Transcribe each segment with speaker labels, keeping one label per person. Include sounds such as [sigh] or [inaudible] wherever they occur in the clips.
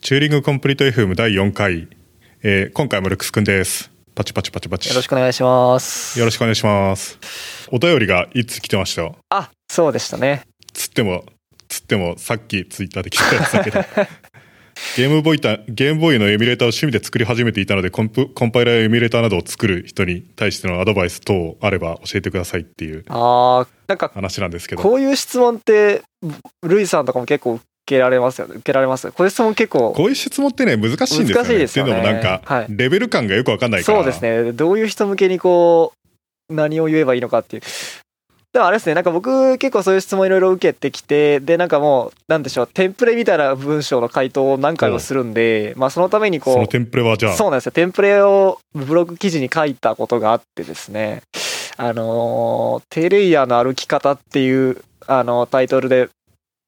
Speaker 1: チューリングコンプリート FM 第4回、えー今回もルックスくんです。パチパチパチパチ。
Speaker 2: よろしくお願いします。
Speaker 1: よろしくお願いします。お便りがいつ来てましたよ。
Speaker 2: あ、そうでしたね。
Speaker 1: つっても、つってもさっきツイッターで来たやつだ
Speaker 2: [laughs]
Speaker 1: けど。ゲームボーイタ、ゲームボーイのエミュレーターを趣味で作り始めていたので、コンプコンパイラーやエミュレーターなどを作る人に対してのアドバイス等あれば教えてくださいっていう
Speaker 2: あーなんか
Speaker 1: 話なんですけど、
Speaker 2: こういう質問って、ルイさんとかも結構受けられますよね。受けられます。こういう質問結構
Speaker 1: こういう質問ってね、難しいんですよね。
Speaker 2: 難しいですよね
Speaker 1: っていうのもなんか、
Speaker 2: はい
Speaker 1: レベル感がよくわかんないから。
Speaker 2: そうですね。どういう人向けにこう、何を言えばいいのかっていう。でもあれですね、なんか僕結構そういう質問いろいろ受けてきて、で、なんかもう、なんでしょう、テンプレみたいな文章の回答を何回もするんで、まあそのために
Speaker 1: その
Speaker 2: こ
Speaker 1: テンプレはじ
Speaker 2: う、
Speaker 1: ゃあ
Speaker 2: そうなんですよ、テンプレをブログ記事に書いたことがあってですね、あのーテレイヤーの歩き方っていう、あのータイトルで、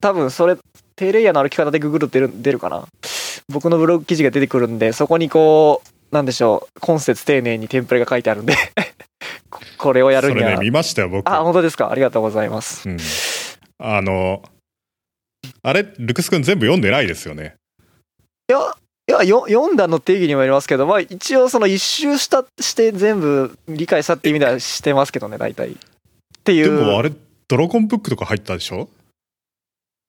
Speaker 2: 多分それ、テレイヤーの歩き方でググると出る出るかな僕のブログ記事が出てくるんで、そこにこう、なんでしょう、今節丁寧にテンプレが書いてあるんで、 [laughs] ここれをやる
Speaker 1: そ
Speaker 2: に
Speaker 1: れね
Speaker 2: は。
Speaker 1: 見ましたよ僕
Speaker 2: あ、本当ですか。ありがとうございます。
Speaker 1: うん、あのあれルクス君全部読んでないですよね
Speaker 2: いや、いやよ読んだの定義にもよりますけど、まあ一応その一周した、して全部理解したって意味ではしてますけどね、大体。ってい
Speaker 1: で
Speaker 2: う。
Speaker 1: もあれドラゴンブックとか入ったでしょ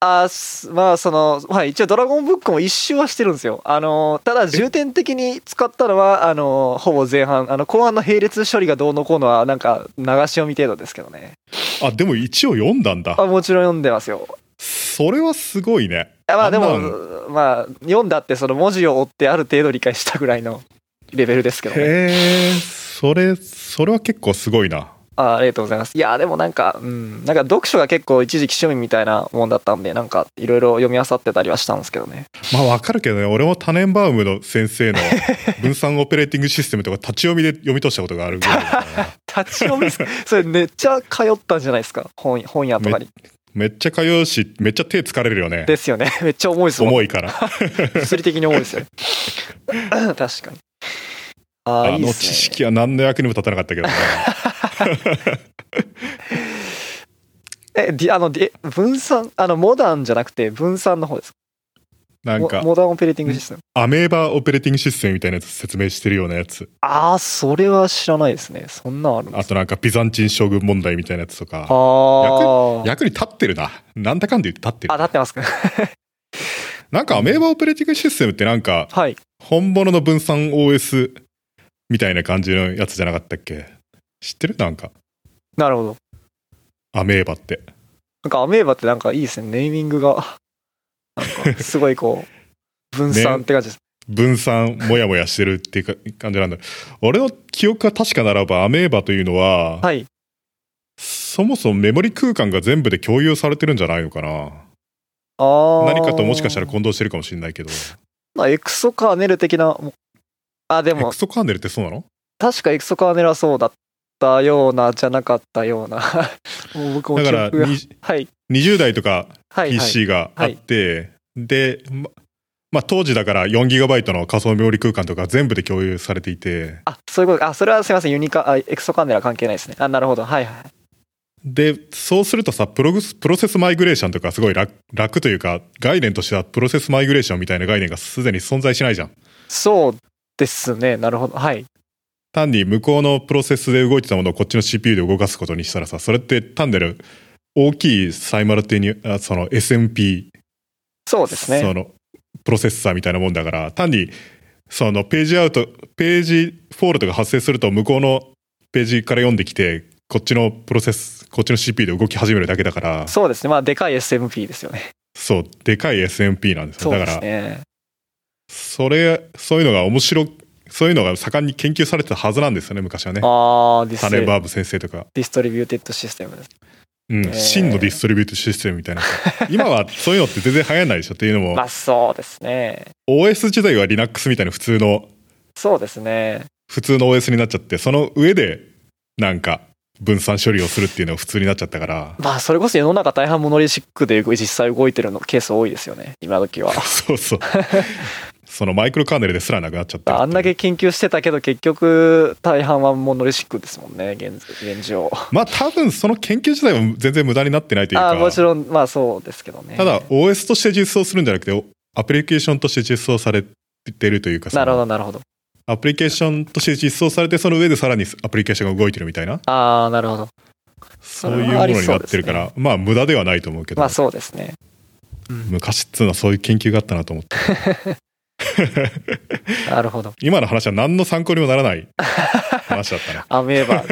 Speaker 2: あーすまあその、はい、一応「ドラゴンブック」も一周はしてるんですよあのーただ重点的に使ったのはあのーほぼ前半あの後半の並列処理がどうのこうのはなんか流し読み程度ですけどね
Speaker 1: あでも一応読んだんだ
Speaker 2: あもちろん読んでますよ
Speaker 1: それはすごいね
Speaker 2: あまあで
Speaker 1: あ
Speaker 2: も
Speaker 1: んな
Speaker 2: まあ読んだってその文字を追ってある程度理解したぐらいのレベルですけどね
Speaker 1: へえそれそれは結構すごいな
Speaker 2: あーありがとうございますいやーでもなんかうんなんか読書が結構一時期趣味みたいなもんだったんでなんかいろいろ読み漁ってたりはしたんですけどね
Speaker 1: まあわかるけどね俺もタネンバウムの先
Speaker 2: [laughs]
Speaker 1: 生の分散オペレーティングシステムとか立ち読みで読み通したことがあるぐらいだからな
Speaker 2: 立ち読み
Speaker 1: [laughs]
Speaker 2: っすそれめっちゃ通ったんじゃないですか本本屋とかに
Speaker 1: めっちゃ通うしめっちゃ手疲れるよね
Speaker 2: ですよね。 [laughs] めっちゃ重いですもん。
Speaker 1: 重いから
Speaker 2: 物理的に重いです
Speaker 1: [laughs]
Speaker 2: よね。確かに。ああ、
Speaker 1: あ
Speaker 2: いい
Speaker 1: の
Speaker 2: で
Speaker 1: 知
Speaker 2: すね。
Speaker 1: 識は何の役にも立たなかったけどね
Speaker 2: え、ディあの、ディ分散、あの、モダンじゃなくて分散の方ですか。
Speaker 1: なん
Speaker 2: モ
Speaker 1: か
Speaker 2: モダンオペレーティングシステム。
Speaker 1: アメーバオペレーティングシステムみたいなやつ説明してるようなやつ。
Speaker 2: ああ、それは知らないですね。そんなんあるんで
Speaker 1: あ
Speaker 2: す
Speaker 1: となんかビザンチン将軍問題みたいなやつと
Speaker 2: あ
Speaker 1: か。
Speaker 2: あ。
Speaker 1: 役に立ってるな。なんだかんで言って立って
Speaker 2: あ、
Speaker 1: る。
Speaker 2: なってますか。 [laughs]
Speaker 1: なんかアメーバオペレーティングシステムってなんか
Speaker 2: はい。
Speaker 1: 本物の分散 OS みたいな感じのやつじゃなかったっけ知ってるなんか
Speaker 2: なるほど。
Speaker 1: アメーバって。
Speaker 2: なんかアメーバってなんかいいですね。ネーミングが。 [laughs] なんか、すご
Speaker 1: [laughs]
Speaker 2: いこう、分散って感じです。
Speaker 1: 分散もやもやしてるっていうか感じなんだ。俺の記憶が確かならばアメーバというのは、
Speaker 2: はい。
Speaker 1: そもそもメモリ空間が全部で共有されてるんじゃないのかな。
Speaker 2: ああ。
Speaker 1: 何かともしかしたら混同してるかもしれないけど。
Speaker 2: まあエクソカーネル的な。もあ、で
Speaker 1: エ
Speaker 2: も
Speaker 1: ク、ソカーネルってそうなの
Speaker 2: 確かエクソカーネラそうだったようなじゃなかったような [laughs] もう僕も
Speaker 1: だ
Speaker 2: 記
Speaker 1: から
Speaker 2: 憶が
Speaker 1: に
Speaker 2: はい
Speaker 1: 20代とか
Speaker 2: はいはい
Speaker 1: PC があって、で、ま、まあ当時だから 4GB の仮想メモリ空間とか全部で共有されていて、
Speaker 2: あそういうことあそれはすいませんユニカあエクソカーネラ関係ないですねあなるほどはいはい
Speaker 1: で、そうするとさ、プログスプロセスマイグレーションとかすごい楽楽というか、概念としてはプロセスマイグレーションみたいな概念がすでに存在しないじゃん。
Speaker 2: そうですねなるほどはい
Speaker 1: 単に向こうのプロセスで動いてたものをこっちの CPU で動かすことにしたらさ、それって単なる大きいサイマルティニュ、あその SMP
Speaker 2: そうですね
Speaker 1: そのプロセッサーみたいなもんだから単にそのページアウトページフォールトが発生すると向こうのページから読んできてこっちのプロセスこっちの CPU で動き始めるだけだから
Speaker 2: そうですねまあでかい SMP ですよね
Speaker 1: そうでかい SMP なんです
Speaker 2: そ
Speaker 1: よだ
Speaker 2: うで
Speaker 1: から
Speaker 2: すね
Speaker 1: それそういうのが面白そういうのが盛んに研究されてたはずなんですよね昔はね
Speaker 2: ああディ
Speaker 1: タ
Speaker 2: ス
Speaker 1: ネ
Speaker 2: レ
Speaker 1: バーブ先生とか、
Speaker 2: ディストリビューテッドシステムです
Speaker 1: うん
Speaker 2: えー
Speaker 1: 真のディストリビュートシステムみたいな今はそういうのって全然流行んないでしょっていうのも、
Speaker 2: [laughs] まあそうですね
Speaker 1: OS 時代は Linux みたいな普通の
Speaker 2: そうですね
Speaker 1: 普通の OS になっちゃってその上でなんか分散処理をするっていうのが普通になっちゃった
Speaker 2: [laughs]
Speaker 1: から
Speaker 2: まあそれこそ世の中大半モノリシックで実際動いてるのケース多いですよね今時は
Speaker 1: そうそうそのマイクロカーネルですらなくなっちゃった
Speaker 2: あんだけ研究してたけど結局大半はモノリシックですもんね現現状
Speaker 1: まあ多分その研究自体は全然無駄になってないというか
Speaker 2: あもちろんまあそうですけどね
Speaker 1: ただ OS として実装するんじゃなくてアプリケーションとして実装されてるというか、その
Speaker 2: なるほど、なるほど。
Speaker 1: アプリケーションとして実装されて、その上でさらにアプリケーションが動いてるみたいな、
Speaker 2: ああ、なるほど。
Speaker 1: そういうものになってるから、まあ、無駄ではないと思うけど、
Speaker 2: まあそうですね。うん
Speaker 1: 昔っつうのはそういう研究があったなと思って。
Speaker 2: なるほど。
Speaker 1: 今の話は何の参考にもならない話だったな。
Speaker 2: アメーバ。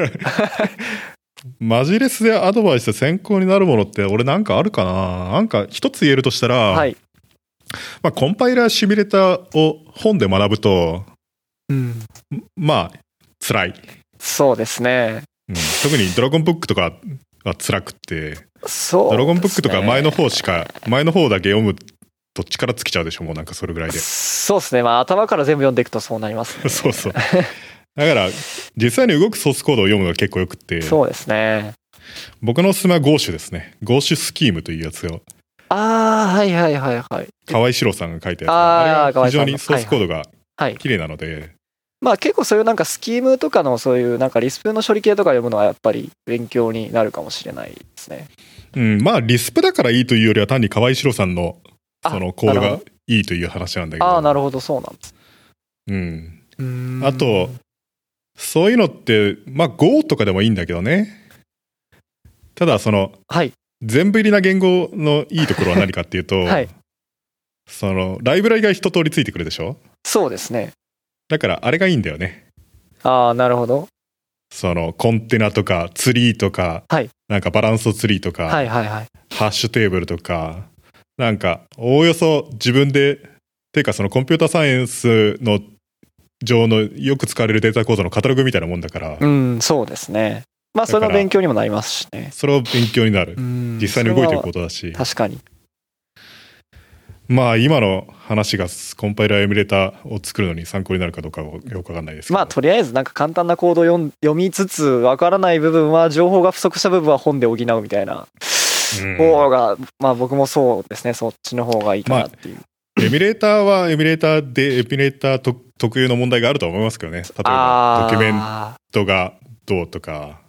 Speaker 1: [laughs] マジレスでアドバイスで先行になるものって、俺なんかあるかななんか一つ言えるとしたら、
Speaker 2: はい。
Speaker 1: まあ、コンパイラーシミュレーターを本で学ぶと、
Speaker 2: うん。
Speaker 1: まあ、辛い。
Speaker 2: そうですね。
Speaker 1: うん特にドラゴンブックとかは辛くって、
Speaker 2: そう、
Speaker 1: ドラゴンブックとか前の
Speaker 2: 方
Speaker 1: 方しか、前の方だけ読むと力尽きちゃうでしょ、もうなんかそれぐらいで。 [laughs]
Speaker 2: そうですね。まあ頭から全部読んでいくとそうなります、ね。
Speaker 1: そうそう。だから、実際に動くソースコードを読むのが結構よくって、
Speaker 2: そうですね。
Speaker 1: 僕のおすすめは GOSH ですね。GOSH スキームというやつを、
Speaker 2: ああ、はいはいはいはい。
Speaker 1: 河合志郎さんが書いたやつ。
Speaker 2: あー
Speaker 1: あれが非常に
Speaker 2: 河合
Speaker 1: ソ
Speaker 2: さん
Speaker 1: ースコードが
Speaker 2: はい。
Speaker 1: 綺麗なので、
Speaker 2: まあ結構そういうなんかスキームとかのそういうなんかリスプの処理系とか読むのはやっぱり勉強になるかもしれないですね。
Speaker 1: うん、まあ、リスプだからいいというよりは単に河合志郎さんの
Speaker 2: あ
Speaker 1: そのコード
Speaker 2: なる
Speaker 1: が
Speaker 2: ほ
Speaker 1: いいという話なんだけど。
Speaker 2: ああ、なるほど、そうなんです。
Speaker 1: うん。
Speaker 2: うーん
Speaker 1: あと、そういうのって、まあ Go とかでもいいんだけどね。ただ、その、
Speaker 2: はい。
Speaker 1: 全部入りな言語のいいところは何かっていうと、
Speaker 2: [laughs] はい。
Speaker 1: その、ライブラリが一通りついてくるでしょ
Speaker 2: そうですね。
Speaker 1: だから、あれがいいんだよね。
Speaker 2: ああ、なるほど。
Speaker 1: その、コンテナとか、ツリーとか、
Speaker 2: はい
Speaker 1: なんかバランスツリーとか、
Speaker 2: はいはいはい。
Speaker 1: ハッシュテーブルとか、なんか、おおよそ自分で、っていうかそのコンピューターサイエンスの上のよく使われるデータ構造のカタログみたいなもんだから、
Speaker 2: うん、そうですね。まあ、
Speaker 1: だか
Speaker 2: そ
Speaker 1: ら
Speaker 2: れの勉強にもなりますしね。
Speaker 1: それを勉強になる。実際に動いてることだし、
Speaker 2: 確かに。
Speaker 1: まあ今の話がコンパイラーエミュレーターを作るのに参考になるかどうかはよくわかんないですけど。
Speaker 2: まあ、とりあえずなんか簡単なコードを読ん読みつつ、わからない部分は、情報が不足した部分は本で補うみたいな
Speaker 1: うん
Speaker 2: 方が、まあ僕もそうですね、そっちの方がいいかなっていう。
Speaker 1: エミュレーターはエミュレーターで、エミュレーターと特有の問題があると思いますけどね。例えば
Speaker 2: あ、ー
Speaker 1: ドキュメントがどうとか、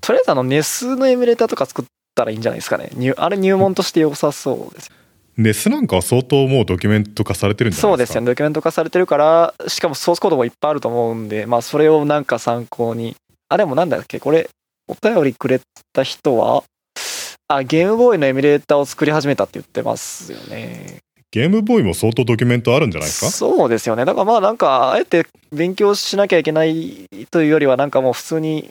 Speaker 2: とりあえずあの、ネスのエミュレーターとか作ったらいいんじゃないですかね。入あれ入門として良さそうです。
Speaker 1: ネスなんかは相当もうドキュメント化されてるんじゃな
Speaker 2: そ
Speaker 1: いうで
Speaker 2: ですす
Speaker 1: か。
Speaker 2: よね。ドキュメント化されてるから、しかもソースコードもいっぱいあると思うんで、まあそれをなんか参考に。あ、でもなんだっけ、これ、お便りくれた人は、あ、ゲームボーイのエミュレーターを作り始めたって言ってますよね。
Speaker 1: ゲームボーイも相当ドキュメントあるんじゃないですか
Speaker 2: そうですよね。だからまあなんか、あえて勉強しなきゃいけないというよりは、なんかもう普通に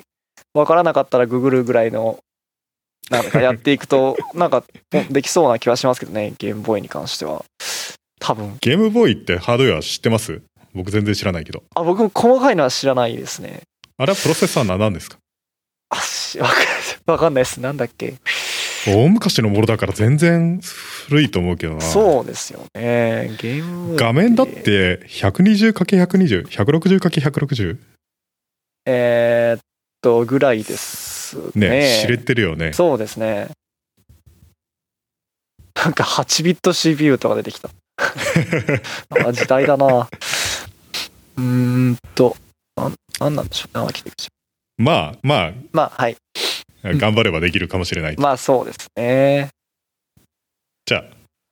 Speaker 2: わからなかったらググるぐらいの、なんかやっていくと、 [laughs] なんかできそうな気はしますけどね、ゲームボーイに関しては。多分。
Speaker 1: ゲームボーイってハードウェア知ってます僕全然知らないけど。
Speaker 2: あ、僕も細かいのは知らないですね。
Speaker 1: あれはプロセッサーな何ですか
Speaker 2: あしわかん [laughs] わかんないです。なんだっけ。
Speaker 1: 大昔のものだから全然古いと思うけどな。
Speaker 2: そうですよね。ゲーム。
Speaker 1: 画面だっ。て 120×120、160×160?
Speaker 2: えーっと、ぐらいですね。
Speaker 1: ね知れてるよね。
Speaker 2: そうですね。なんか8ビット CPU とか出て
Speaker 1: [laughs]
Speaker 2: きた。あ時代だな。うーんと、なんなんなんでしょうね、アーキテクチャ
Speaker 1: まあま
Speaker 2: まあ、はい。
Speaker 1: あ、頑張ればできるかもしれない。
Speaker 2: まあ、そうですね。
Speaker 1: じゃ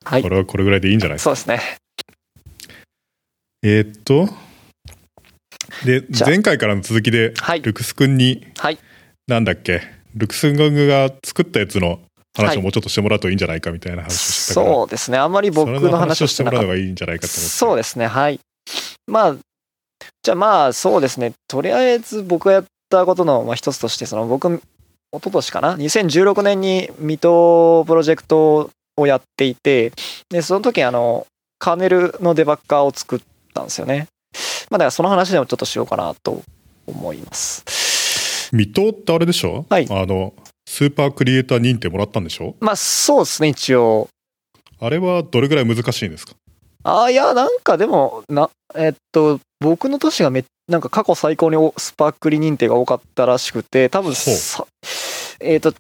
Speaker 1: あ、
Speaker 2: はい
Speaker 1: これはこれぐらいでいいんじゃないですか。
Speaker 2: そうですね。
Speaker 1: えーっと。で、
Speaker 2: じゃあ
Speaker 1: 前回からの続きで、
Speaker 2: はい。
Speaker 1: ルクス君に、
Speaker 2: はい
Speaker 1: なんだっけ、ルクス君が作ったやつの話をもうちょっとしてもらうといいんじゃないかみたいな話をしてたから、
Speaker 2: そうですね。あんまり僕
Speaker 1: それ
Speaker 2: の話を
Speaker 1: し
Speaker 2: してて
Speaker 1: もら
Speaker 2: なか
Speaker 1: う
Speaker 2: っ
Speaker 1: のがいいんじゃないかと思って
Speaker 2: そうですね、はい。まあ、じゃあまあそうですね、とりあえず僕がやったことのまあ一つとして、その僕、一昨年かな、2016年に水戸プロジェクトをやっていて、で、その時あの、カーネルのデバッカーを作ったんですよね。まあだからその話でもちょっとしようかなと思います。
Speaker 1: 水戸ってあれでしょ、
Speaker 2: はい
Speaker 1: あのスーパークリエイター認定もらったんでしょ
Speaker 2: まあそうですね、一応。
Speaker 1: あれはどれぐらい難しいんですか
Speaker 2: ああ、いや、なんかでも、な、えっと、僕の年がめ、なんか過去最高におスパークリ認定が多かったらしくて、多分
Speaker 1: ほう
Speaker 2: さ、えっと、ち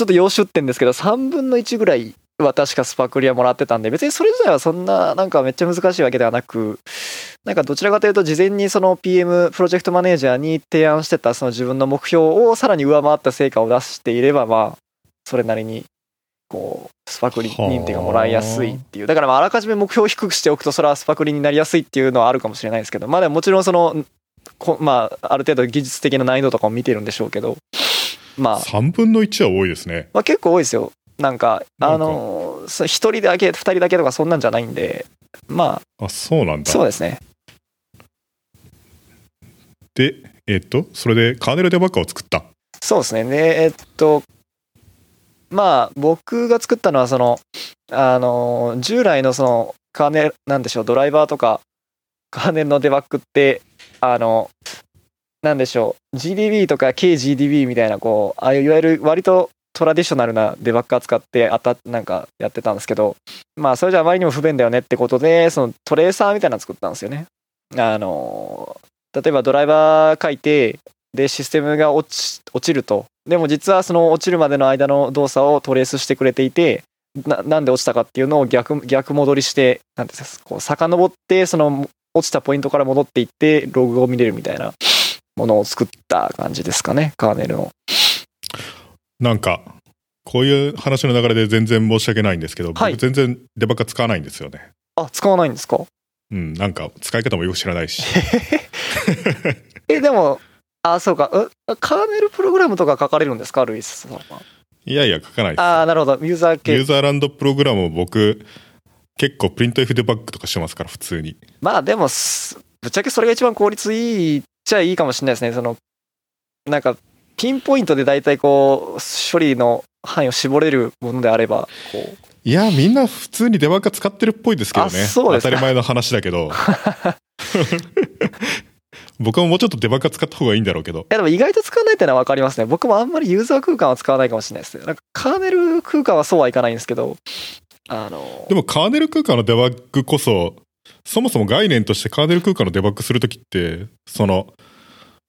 Speaker 2: ょっと要出点ですけど、3分の1ぐらいは確かスパークリはもらってたんで、別にそれ自体はそんな、なんかめっちゃ難しいわけではなく、なんかどちらかというと、事前にその PM、プロジェクトマネージャーに提案してた、その自分の目標をさらに上回った成果を出していれば、まあ、それなりにこう、スパクリ認定がもらいやすいっていう。だからまあ、あらかじめ目標を低くしておくと、それはスパクリになりやすいっていうのはあるかもしれないですけど、まあでももちろんその、こまあ、ある程度技術的な難易度とかも見てるんでしょうけど、まあ、
Speaker 1: 3分の1は多いですね。
Speaker 2: まあ、結構多いですよ。なんか、
Speaker 1: なんか
Speaker 2: あの、そう一人だけ、二人だけとかそんなんじゃないんで、ま
Speaker 1: あ、そうなん
Speaker 2: あ、
Speaker 1: だ。
Speaker 2: そうですね。
Speaker 1: で、えっと、それでカーネルデバッカーを作った。
Speaker 2: そうですね。で、えっと、まあ、僕が作ったのは、その、あの、従来のその、カーネル、なんでしょう、ドライバーとか、カーネルのデバッグって、あの、なんでしょう、GDB とか KGDB みたいな、こう、ああいういわゆる割とトラディショナルなデバッグ扱って、あた、なんかやってたんですけど、まあ、それじゃあまりにも不便だよねってことで、そのトレーサーみたいなの作ったんですよね。あの、例えばドライバー書いて、でシステムが落ち落ちるとでも実はその落ちるまでの間の動作をトレースしてくれていてななんで落ちたかっていうのを逆逆戻りしてなんていうんですかこう遡ってその落ちたポイントから戻っていってログを見れるみたいなものを作った感じですかねカーネルの
Speaker 1: なんか、こういう話の流れで全然申し訳ないんですけど、
Speaker 2: はい
Speaker 1: 僕全然デバッカー使わないんですよね。
Speaker 2: あ使わないんですか
Speaker 1: うん、なんか使い方もよく知らないし。
Speaker 2: [laughs] えでもあそうかうカーネルプログラムとか書かれるんですかルイスさんはい
Speaker 1: やいや、書かないです。
Speaker 2: ああなるほどユーザー
Speaker 1: ユ
Speaker 2: 系
Speaker 1: ーザーランドプログラムを僕、結構プリント F デバッグとかしてますから、普通に。
Speaker 2: まあでもす、ぶっちゃけそれが一番効率いいっちゃいいかもしれないですね。その、なんか、ピンポイントで大体こう、処理の範囲を絞れるものであれば、こう、
Speaker 1: いや、みんな普通にデバッカー使ってるっぽいですけどね。
Speaker 2: あそうですか
Speaker 1: 当たり前の話だけ [laughs] ど。僕ももうちょっとデバッカー使った方がいいんだろうけど。
Speaker 2: いやでも意外と使わないってのは分かりますね。僕もあんまりユーザー空間は使わないかもしれないですね。なんかカーネル空間はそうはいかないんですけど、あの
Speaker 1: で、もカーネル空間のデバッグこそ、そもそも概念としてカーネル空間のデバッグするときって、その、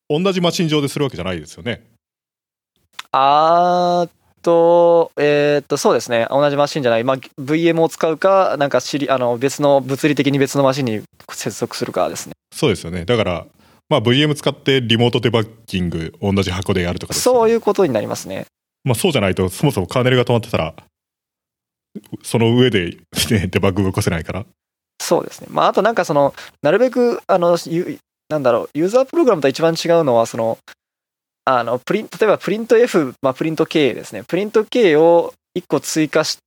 Speaker 1: 同じマシン上でするわけじゃないですよね。
Speaker 2: あーっと、えーっと、そうですね。同じマシンじゃない。まあ、VM を使うか、なんか知り、あの、別の、物理的に別のマシンに接続するかですね。
Speaker 1: そうですよね。だから、まあ VM 使ってリモートデバッキング同じ箱でやるとかですよね
Speaker 2: そういうことになりますね。
Speaker 1: まあそうじゃないと、そもそもカーネルが止まってたら、その上で、ね、デバッグが起こせないから。
Speaker 2: そうですね。まあ、あとなんかその、なるべく、あの、ゆなんだろう、ユーザープログラムと一番違うのは、その、あの、プリント、例えばプリント F、まあ、プリント K ですね。プリント K を1個追加し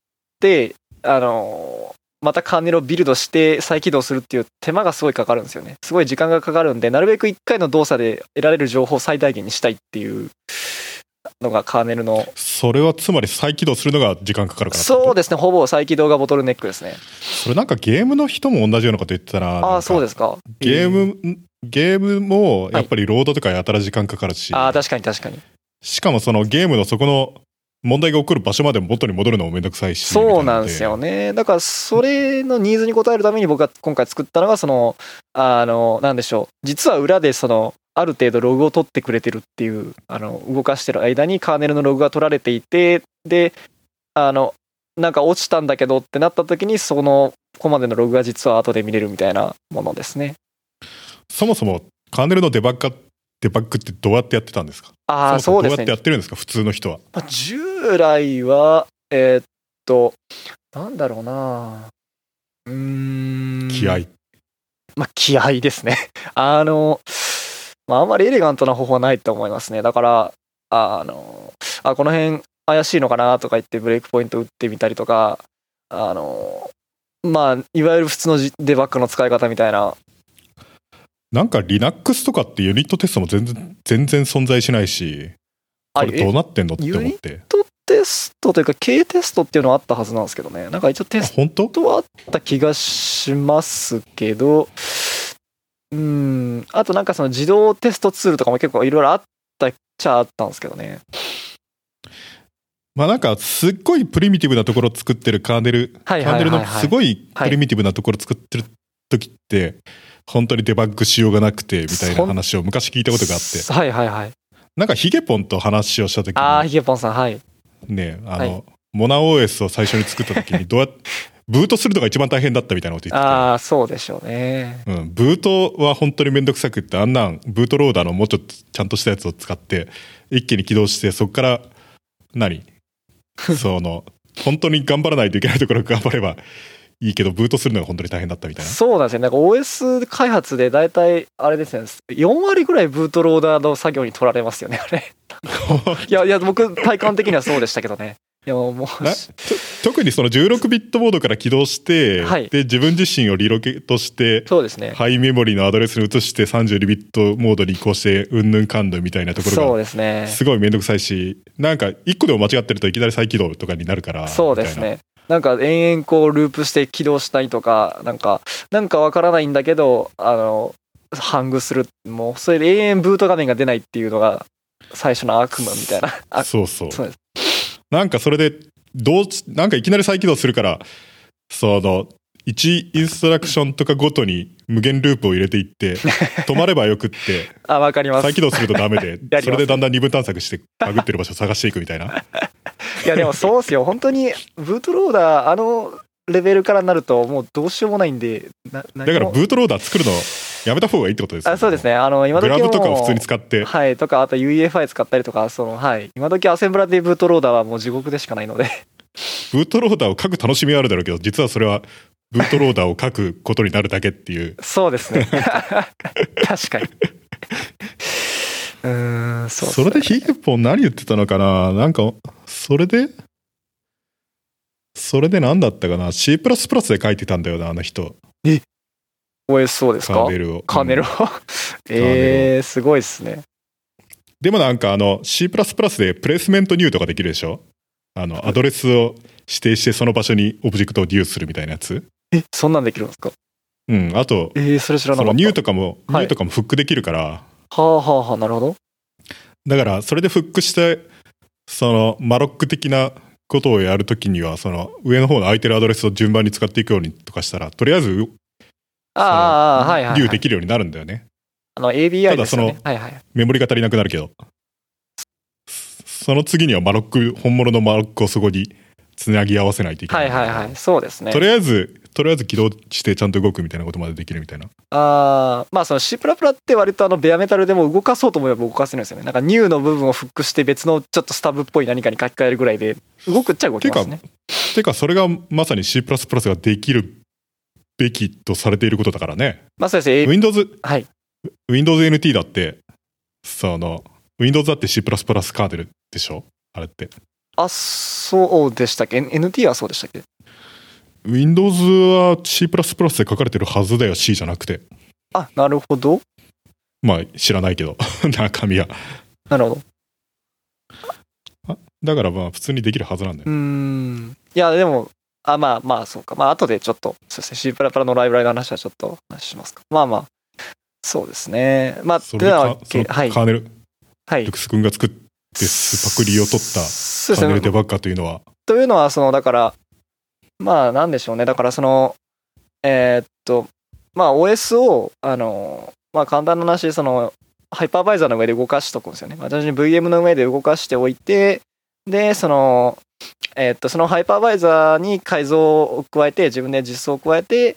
Speaker 2: て、あの、またカーネルをビルドして再起動するっていう手間がすごいかかるんですよね。すごい時間がかかるんで、なるべく1回の動作で得られる情報を最大限にしたいっていうのがカーネルの。
Speaker 1: それはつまり再起動するのが時間かかるからってこと
Speaker 2: そうですね。ほぼ再起動がボトルネックですね。
Speaker 1: それなんかゲームの人も同じようなこと言ってたな
Speaker 2: ああー、そうですすか。
Speaker 1: ゲームゲームもやっぱりロードとかやたら時間かかるし、
Speaker 2: ああ、確かに確かに。
Speaker 1: しかもそのゲームのそこの問題が起こる場所まで元に戻るのもめんどくさいし
Speaker 2: そうなんですよね。だから、それのニーズに応えるために僕が今回作ったのが、その、あの、なんでしょう。実は裏で、その、ある程度ログを取ってくれてるっていう、あの、動かしてる間にカーネルのログが取られていて、で、あの、なんか落ちたんだけどってなった時に、その、ここまでのログが実は後で見れるみたいなものですね。
Speaker 1: そもそもカーネルのデバッグデバッグってどうやってやってたんですか
Speaker 2: ああ、
Speaker 1: そも
Speaker 2: そ
Speaker 1: そ
Speaker 2: うで
Speaker 1: も
Speaker 2: す
Speaker 1: どうや
Speaker 2: ね
Speaker 1: ってや。ってるんですか普通の人は
Speaker 2: まあ、従来は、えーっと、なんだろうなうーん。
Speaker 1: 気合、
Speaker 2: まあ、気合ですね。 [laughs] あの、まあ、あんまりエレガントな方法はないと思いますね。だから、あの、あ、この辺怪しいのかなとか言ってブレイクポイント打ってみたりとか、あの、まあ、いわゆる普通のじデバッグの使い方みたいな。
Speaker 1: なんか Linux とかってユニットテストも全然全然存在しないし
Speaker 2: あ
Speaker 1: これどう
Speaker 2: え
Speaker 1: なってんのって
Speaker 2: ユ
Speaker 1: 思っ
Speaker 2: ニ
Speaker 1: て
Speaker 2: テストというか、K テストっていうのはあったはずなんですけどね。なんか一応テ
Speaker 1: あ
Speaker 2: ス
Speaker 1: 本当
Speaker 2: とはあった気がしますけど、うん、あとなんかその自動テストツールとかも結構いろいろあったっちゃあったんですけどね。
Speaker 1: まあなんかすっごいプリミティブなところを作ってるカーネル
Speaker 2: はい
Speaker 1: キャ
Speaker 2: は
Speaker 1: ンデ
Speaker 2: いはい、
Speaker 1: ル
Speaker 2: はい。
Speaker 1: のすごいプリミティブなところ作ってる時って、本当にデバッグしようがなくて、みたいな話を昔聞いたことがあって、
Speaker 2: はいはいはい。
Speaker 1: なんかヒゲポンと話をした時
Speaker 2: ああ、
Speaker 1: に、
Speaker 2: ヒゲポンさん、はい。
Speaker 1: ね、あ
Speaker 2: は
Speaker 1: の、モナ OS を最初に作った時に、どうやっブートするのが一番大変だったみたいなこと言ってた。
Speaker 2: ああ、そうでしょうね。
Speaker 1: うん、ブートは本当にめんどくさくって、あんなん、ブートローダーのもうちょっとちゃんとしたや
Speaker 2: [laughs]
Speaker 1: つを使って、一気に起動して、そこから、何その、本当に頑張らないといけないところを頑張ればいいけど、ブートするのが本当に大変だったみたいな。
Speaker 2: そうなんですよ。なんか OS 開発で大体、あれですね、4割ぐらいブートローダーの作業に取られますよね、あれ。いや、いや、僕、体感的にはそうでしたけどね。いや、もう、
Speaker 1: な特にその16ビットボードから起動して、
Speaker 2: はい
Speaker 1: で、自分自身をリロケットして、
Speaker 2: そうですね。
Speaker 1: ハイメモリのアドレスに移して32ビットモードに移行して、うんぬんかんぬんみたいなところが
Speaker 2: そうですね。
Speaker 1: すごいめんどくさいし、なんか一個でも間違ってるといきなり再起動とかになるから。
Speaker 2: そうですね。なんか延々こうループして起動したりとか、なんか、なんかわからないんだけど、あの、ハングする。もう、それで永遠ブート画面が出ないっていうのが、最初の悪夢みたい
Speaker 1: [laughs]
Speaker 2: な。
Speaker 1: みたいな。
Speaker 2: あ
Speaker 1: そうそう。
Speaker 2: そうです。
Speaker 1: なんかそれで、どうし、なんかいきなり再起動するから、その、1インストラクションとかごとに無限ループを入れてい
Speaker 2: [laughs]
Speaker 1: って、止まればよくって、
Speaker 2: あ、わかります。
Speaker 1: 再起動するとダメ
Speaker 2: [laughs]
Speaker 1: で
Speaker 2: ま、す
Speaker 1: それでだんだん二分探索して、バグってる場所を探していくみ
Speaker 2: [laughs]
Speaker 1: たいな。
Speaker 2: いやでもそうっすよ、本当にブートローダー、あのレベルからなると、もうどうしようもないんで、な
Speaker 1: だからブ
Speaker 2: ー
Speaker 1: ートローダー作るのやめた方がいいってことですよ
Speaker 2: あそうです。ね、あの今
Speaker 1: グ
Speaker 2: 時は
Speaker 1: ラ
Speaker 2: もう
Speaker 1: ブとかを普通に使って、
Speaker 2: はい、とか、あと UEFI 使ったりとか、そのはい、今時アセンブラでブートローダーはもう地獄でしかないので、 [laughs]
Speaker 1: ブートローダーを書く楽しみはあるだろうけど、実はそれは、ブートローダーを書くことになるだけっていう。
Speaker 2: そうですね、 [laughs] 確かに。うーん、そうっす
Speaker 1: それでヒゲポン何言ってたのかななんか、それで、それで何だったかな ?C++ で書いてたんだよな、あの人。
Speaker 2: OS そうです
Speaker 1: カ
Speaker 2: か
Speaker 1: ーネルを。
Speaker 2: カーネルを [laughs]
Speaker 1: うん。
Speaker 2: えー、すごいっすね。
Speaker 1: でもなんかあの C++ でプレイスメントニューとかできるでしょあの、アドレスを指定してその場所にオブジェクトをデュースするみたいなやつ。
Speaker 2: え、そんなんできるんですか
Speaker 1: うん。あと、
Speaker 2: えー、それ知らな
Speaker 1: そ
Speaker 2: か
Speaker 1: の
Speaker 2: っ
Speaker 1: ニュー
Speaker 2: た。
Speaker 1: とかも、
Speaker 2: は
Speaker 1: ニ
Speaker 2: い
Speaker 1: ューとかもフックできるから、
Speaker 2: はあはあはあ、なるほど。
Speaker 1: だからそれでフックしてそのマロック的なことをやるときにはその上の方の空いてるアドレスを順番に使っていくようにとかしたらとりあえず流
Speaker 2: ああああ、はいはい、はい。
Speaker 1: できるようになるんだよね
Speaker 2: あの ABI
Speaker 1: た
Speaker 2: で
Speaker 1: だ
Speaker 2: す
Speaker 1: そ
Speaker 2: よ
Speaker 1: の
Speaker 2: ね。はいはい。
Speaker 1: メモリが足りなくなるけどその次にはマロック本物のマロックをそこにつなぎ合わせないといけ
Speaker 2: は
Speaker 1: ない
Speaker 2: いはいはい。そうですね
Speaker 1: と。りあえずとりあえず起動してちゃんと動くみたいなことまでできるみたいな
Speaker 2: あーまあその C++ って割とあのベアメタルでも動かそうと思えば動かせるんですよね。なんか new の部分をフックして別のちょっとスタブっぽい何かに書き換えるぐらいで動くっちゃ動きますね。
Speaker 1: てかそれがまさに C++ ができるべきとされていることだからね
Speaker 2: まあそうですね。A-
Speaker 1: Windows
Speaker 2: はい
Speaker 1: Windows NT だって、その、Windows だって C++ カーネルでしょあれって。
Speaker 2: あ、そうでしたっけ N- ?NT はそうでしたっけ
Speaker 1: Windows は C++ で書かれてるはずだよ、C じゃなくて。
Speaker 2: あ、なるほど。
Speaker 1: まあ、知らないけど、 [laughs] 中身は。
Speaker 2: なるほど。
Speaker 1: だからまあ、普通にできるはずなんだ
Speaker 2: う
Speaker 1: よ。
Speaker 2: ーん。いや、でも、あ、まあまあ、そうか。まあ、後でちょっと、そうですね。C++ のライブラリの話はちょっと話しますか。まあまあ、そうですね。まあ、
Speaker 1: それで
Speaker 2: てな
Speaker 1: か
Speaker 2: わ、
Speaker 1: そ
Speaker 2: け
Speaker 1: のカ
Speaker 2: はい。
Speaker 1: ーネル、
Speaker 2: はい
Speaker 1: ルク。ス君が作ってスパクリを取った
Speaker 2: そう
Speaker 1: カ
Speaker 2: です
Speaker 1: ーネ
Speaker 2: ね
Speaker 1: ルデバッカーというのは、
Speaker 2: というのはそのだからまあなんでしょうねだからそのえーっとまあ OS をあのまあ簡単な話そのハイパーバイザーの上で動かしとくんですよね私に VM の上で動かしておいてでそのえーっとそのハイパーバイザーに改造を加えて自分で実装を加えて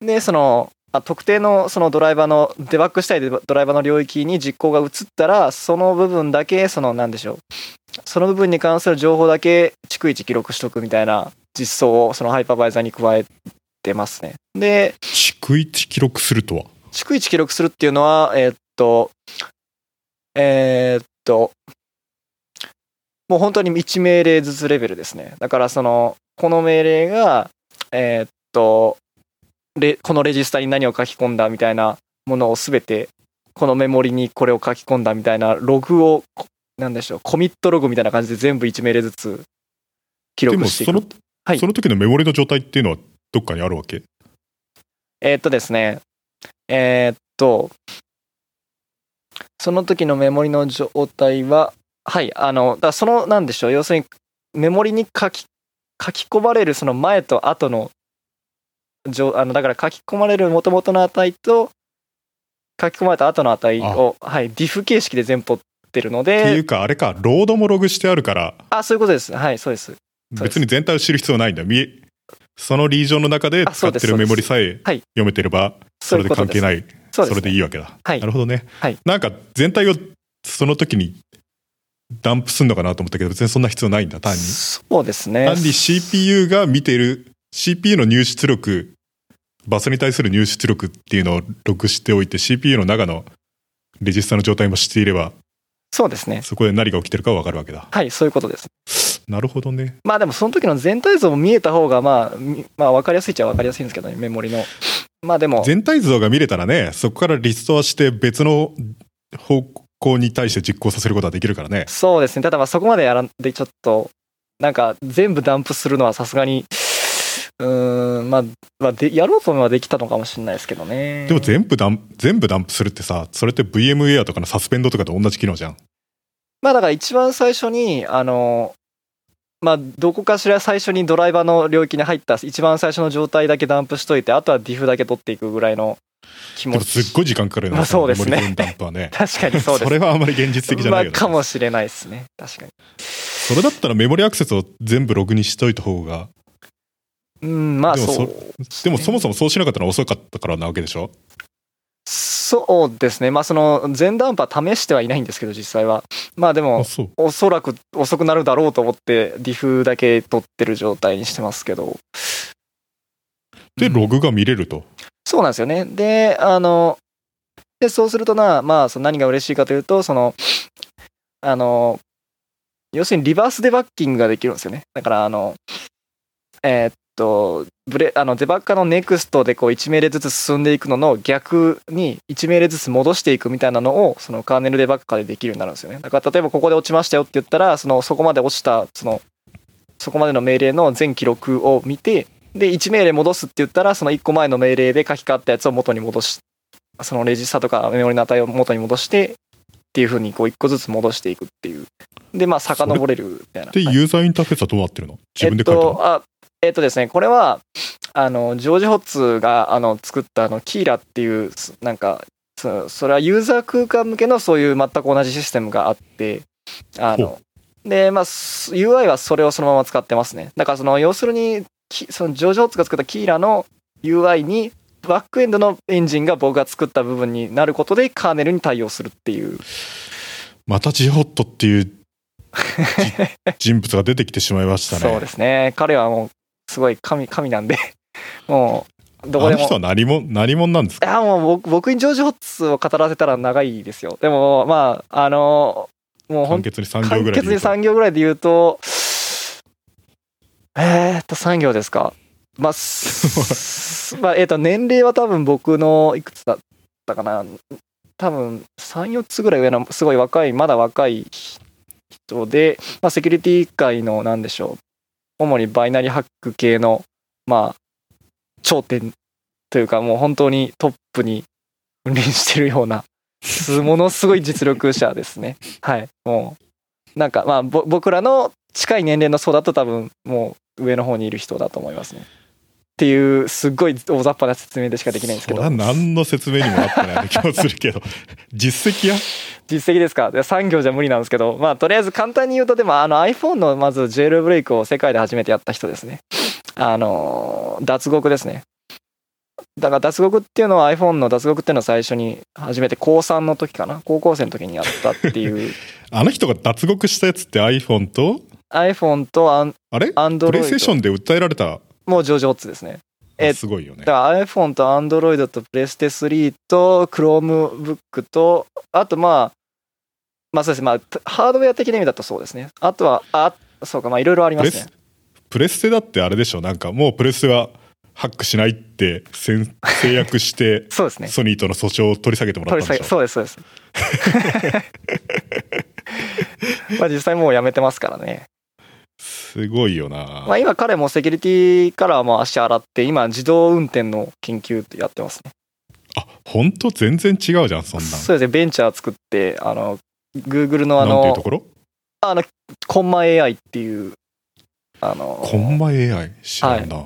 Speaker 2: でそのあ特定のそのドライバーのデバッグしたいドライバーの領域に実行が移ったらその部分だけそのなんでしょうその部分に関する情報だけ逐一記録しとくみたいな実装をそのハイパーバイザーに加えてますね。で、
Speaker 1: 逐一記録するとは。
Speaker 2: 逐一記録するっていうのは、えーっと、えーっと、もう本当に1命令ずつレベルですね。だからその、この命令が、えーっと、レこのレジスタに何を書き込んだみたいなものをすべて、このメモリにこれを書き込んだみたいなログを、こなんでしょう、コミットログみたいな感じで全部1命令ずつ記
Speaker 1: で
Speaker 2: 録
Speaker 1: も、
Speaker 2: してい
Speaker 1: そ
Speaker 2: く。
Speaker 1: の、
Speaker 2: はい
Speaker 1: その時のメモリの状態っていうのはどっかにあるわけ
Speaker 2: えーっとですね、えーっと、その時のメモリの状態は、はい、あの、だからその、なんでしょう、要するに、メモリに書き、書き込まれるその前と後の、じょあのだから書き込まれる元々の値と、書き込まれた後の値を、はい、ディフ形式で全部取ってるの
Speaker 1: ってい
Speaker 2: で、
Speaker 1: うか、あれか、ロードもログしてあるから、
Speaker 2: あ、そういうことです。はい、そうです。そうです
Speaker 1: 別に全体を知る必要はないんだよ見えそのリージョンの中で
Speaker 2: あ
Speaker 1: 使
Speaker 2: そう
Speaker 1: っ
Speaker 2: です
Speaker 1: てるメモリさえ
Speaker 2: はい
Speaker 1: 読めてればそ
Speaker 2: そう
Speaker 1: れ
Speaker 2: いう
Speaker 1: で
Speaker 2: こと
Speaker 1: 関係
Speaker 2: です。
Speaker 1: ない
Speaker 2: そう
Speaker 1: それ
Speaker 2: ですね
Speaker 1: でいいわけだ
Speaker 2: はい
Speaker 1: なるほどね
Speaker 2: はい
Speaker 1: なんか全体をその時にダンプすんのかなと思ったけど、別にそんな必要ないんだ、単に。
Speaker 2: そうですね
Speaker 1: 単に CPU が見てる、CPU の入出力、バスに対する入出力っていうのを録しておいて、CPU の中のレジスタの状態もしていれば、
Speaker 2: そうですね
Speaker 1: そこで何が起きてるかわかるわけだ。
Speaker 2: はいそういうことです
Speaker 1: なるほどね。
Speaker 2: まあでもその時の全体像も見えた方がまあみまあ分かりやすいっちゃ分かりやすいんですけどねメモリのまあでも
Speaker 1: 全体像が見れたらね、そこからリストアして別の方向に対して実行させることはできるからね。
Speaker 2: そうですねただまあそこまでやらんでちょっとなんか全部ダンプするのはさすがにうーんまあ、まあ、でやろうと思えばできたのかもしれないですけどね
Speaker 1: でも全部ダン全部ダンプするってさ、それって VMware とかのサスペンドとかと同じ機能じゃん。
Speaker 2: まあだから一番最初にあのまあどこかしら最初にドライバーの領域に入った一番最初の状態だけダンプしといてあとはディフだけ取っていくぐらいの気
Speaker 1: で
Speaker 2: 持
Speaker 1: もすっ
Speaker 2: ち
Speaker 1: ごい時間かかるよね。
Speaker 2: まあそうです
Speaker 1: メ
Speaker 2: ね。
Speaker 1: モリ分ダンプはね
Speaker 2: 確かに [laughs] そうです
Speaker 1: それはあまり現実的じゃないよね
Speaker 2: まあ、。かもしれないですね確かに
Speaker 1: それだったらメモリアクセスを全部ログにしといた方が、
Speaker 2: うんまあ
Speaker 1: でもそ
Speaker 2: そう
Speaker 1: でもそも
Speaker 2: そ
Speaker 1: そもそうしなかったのは遅かったからなわけでしょ
Speaker 2: そうですねまあその前段波試してはいないんですけど実際はまあで
Speaker 1: あ、
Speaker 2: も
Speaker 1: そう。
Speaker 2: おそらく遅くなるだろうと思ってディフだけ取ってる状態にしてますけど
Speaker 1: で、ログが見れると。
Speaker 2: そうなんですよね。で、あの、で、そうするとな、まあ、その何が嬉しいかというと、その、あの、要するにリバースデバッキングができるんですよね。だから、あの、えーっと、ブレ、あの、デバッカーのネクストでこう1命令ずつ進んでいくのの逆に1命令ずつ戻していくみたいなのを、そのカーネルデバッカーでできるようになるんですよね。だから、例えばここで落ちましたよって言ったら、その、そこまで落ちた、その、そこまでの命令の全記録を見て、で1命令戻すって言ったらその1個前の命令で書き換わったやつを元に戻しそのレジスタとかメモリの値を元に戻してっていうふうにこう1個ずつ戻していくっていうでまあ遡れるみたいな
Speaker 1: で、
Speaker 2: はい
Speaker 1: ユーザーインターフェースはどうなってるの自分で書い
Speaker 2: え
Speaker 1: た
Speaker 2: っ
Speaker 1: の、
Speaker 2: とあえっとですねこれはあのジョージ・ホッツがあの作ったあのキーラっていうすなんかそそれはユーザー空間向けのそういう全く同じシステムがあってあのでまあす UI はそれをそのまま使ってますねだからその要するにきそのジョージ・ホッツが作ったキーラの UI にバックエンドのエンジンが僕が作った部分になることでカーネルに対応するっていう
Speaker 1: またジホットっていうじ人物が出てきてしまいましたね。
Speaker 2: そうですね彼はもうすごい神神なんでもうどこ
Speaker 1: あ
Speaker 2: で
Speaker 1: の
Speaker 2: も
Speaker 1: 人は何も、何者なんですか
Speaker 2: いやもう僕僕にジョージ・ホッツを語らせたら長いですよでもまああのも
Speaker 1: 簡
Speaker 2: う本当
Speaker 1: 潔に3
Speaker 2: に
Speaker 1: 行ぐ
Speaker 2: 簡
Speaker 1: らいで
Speaker 2: 潔
Speaker 1: 言
Speaker 2: に
Speaker 1: うと。
Speaker 2: 3行ぐらいで言うとえー、っと3行ですかまあす [laughs] まあえーっと年齢は多分僕のいくつだったかな多分34つぐらい上のすごい若いまだ若い人で、まあ、セキュリティ界のなんでしょう主にバイナリーハック系のまあ頂点というかもう本当にトップに君臨してるような [laughs] すものすごい実力者ですねはいもうなんかまあぼ僕らの近い年齢の層だと多分もう上の方にいる人だと思いますねっていうすっごい大雑把な説明でしかできないんですけ
Speaker 1: それ
Speaker 2: ど
Speaker 1: は何の説明にもなってない気もするけど [laughs] 実績や
Speaker 2: 実績ですかで3行じゃ無理なんですけどまあとりあえず簡単に言うとでもあの iPhone のまずジェルブレイクを世界で初めてやった人ですねあのー脱獄ですねだから脱獄っていうのは iPhone の脱獄っていうのは最初に初めて高3の時かな高校生の時にやったっ
Speaker 1: [laughs]
Speaker 2: ていう
Speaker 1: あの人が脱獄したやつって iPhone と
Speaker 2: iPhone とアン
Speaker 1: あれプレイステーショ
Speaker 2: Android
Speaker 1: ンで訴えられた
Speaker 2: もう上々ツですねえ
Speaker 1: すごいよね
Speaker 2: だから iPhone と Android と p l a y s t 3と Chromebook とあとまあまあそうですねまあハードウェア的な意味だとそうですねあとはあそうかまあいろいろあり
Speaker 1: プ
Speaker 2: ま
Speaker 1: レ
Speaker 2: すね
Speaker 1: スプレステだってあれでしょなんかもうプレステはハックしないって宣制約して
Speaker 2: そう [laughs] ですね
Speaker 1: ソニーとの訴訟を取り下げてもら
Speaker 2: 取
Speaker 1: っ
Speaker 2: り
Speaker 1: た
Speaker 2: 下
Speaker 1: ん
Speaker 2: げ
Speaker 1: でしょ
Speaker 2: そうですそうです [laughs] まあ実際もうやめてますからね
Speaker 1: すごいよな、
Speaker 2: まあ今彼もセキュリティからはもう足洗って今自動運転の研究ってやってますね
Speaker 1: あ本当全然違うじゃんそんなん
Speaker 2: そうですねベンチャー作ってあの Google のあ
Speaker 1: なんていう
Speaker 2: の
Speaker 1: ところ
Speaker 2: あのコンマ AI っていうあの
Speaker 1: コンマ AI 知らんな、
Speaker 2: っ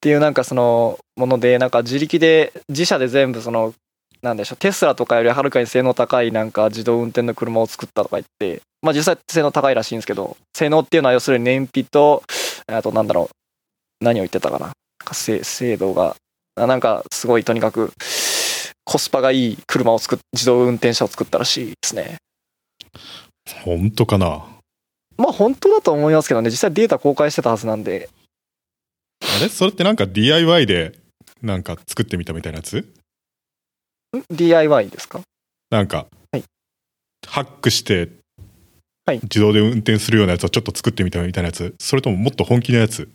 Speaker 2: ていうなんかそのものでなんか自力で自社で全部そのなんでしょうテスラとかよりはるかに性能高いなんか自動運転の車を作ったとか言ってまあ実際性能高いらしいんですけど性能っていうのは要するに燃費とあとなんだろう何を言ってたかななんか精精度があなんかすごいとにかくコスパがいい車を作っ自動運転車を作ったらしいですね
Speaker 1: 本当かな
Speaker 2: まあ本当だと思いますけどね、実際データ公開してたはずなんで、
Speaker 1: あれそれってなんか DIY でなんか作ってみたみたいなやつ
Speaker 2: ん DIY ですか
Speaker 1: なんか、
Speaker 2: はい
Speaker 1: ハックして
Speaker 2: はい
Speaker 1: 自動で運転するようなやつをちょっと作ってみたみたいなやつそれとももっと本気のやつ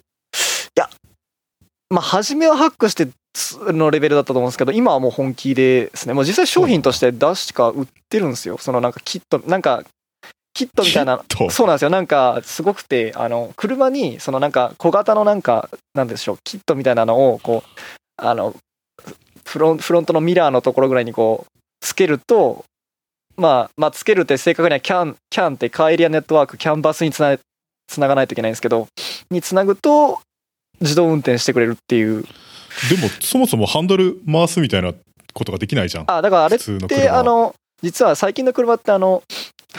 Speaker 2: まあ初めはハックしてつのレベルだったと思うんですけど、今はもう本気ですね。もう実際商品として出しか売ってるんですよ。そのなんかキット、なんか、キットみたいな
Speaker 1: キット
Speaker 2: そうなんですよなんかすごくてあの車にそのなんか小型のなんかなんでしょうキットみたいなのをこうあのフロンフロントのミラーのところぐらいにこうつけるとまあまあつけるって正確にはキャンキャンってカーエリアネットワークキャンバスにつなつながないといけないんですけどにつなぐと自動運転してくれるっていう
Speaker 1: でもそもそもハンドル回すみたいなことができないじゃん
Speaker 2: あだからあれ
Speaker 1: 普
Speaker 2: っ
Speaker 1: 通の
Speaker 2: て
Speaker 1: 車は
Speaker 2: あの実は最近の車ってあの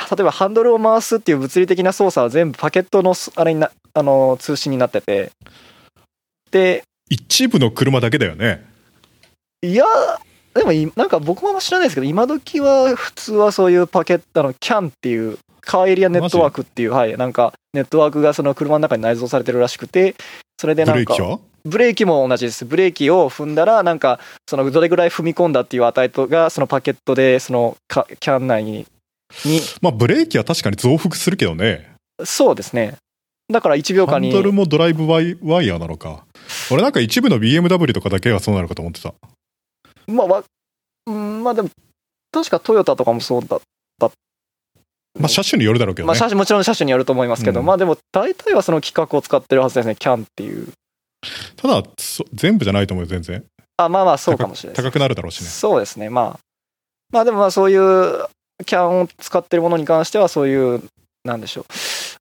Speaker 2: 例えばハンドルを回すっていう物理的な操作は全部パケットのすあれになあの通信になっててで
Speaker 1: 一部の車だけだよね
Speaker 2: いやでもいなんか僕も知らないですけど今時は普通はそういうパケットあの CAN っていうカーエリアネットワークっていうはいなんかネットワークがその車の中に内蔵されてるらしくてそれ
Speaker 1: ブ
Speaker 2: でな
Speaker 1: レ
Speaker 2: ん
Speaker 1: ーキ
Speaker 2: か
Speaker 1: は
Speaker 2: ブレーキも同じです。ブレーキを踏んだら、なんか、そのどれぐらい踏み込んだっていう値とが、そのパケットで、そのかキャン内にに、
Speaker 1: まあブレーキは確かに増幅するけどね
Speaker 2: そうですね。だから1秒
Speaker 1: ハ
Speaker 2: 間に
Speaker 1: ンド、ルもドライブワイワイヤーなのか俺なんか一部の BMW とかだけがそうなのかと思ってた
Speaker 2: まあ、わうんまあでも、確かトヨタとかもそうだった。
Speaker 1: まあ車種によるだろうけどね、
Speaker 2: まあ、車種もちろん車種によると思いますけど、
Speaker 1: うん
Speaker 2: まあでも、大体はその規格を使ってるはずですね、キャンっていう。
Speaker 1: ただそ全部じゃないと思うよ全然
Speaker 2: あ、まあまあ、そうかもしれないです
Speaker 1: 高くなるだろうしね
Speaker 2: そうですね、まあ、まあでもまあそういうキャンを使ってるものに関してはそういうなんでしょう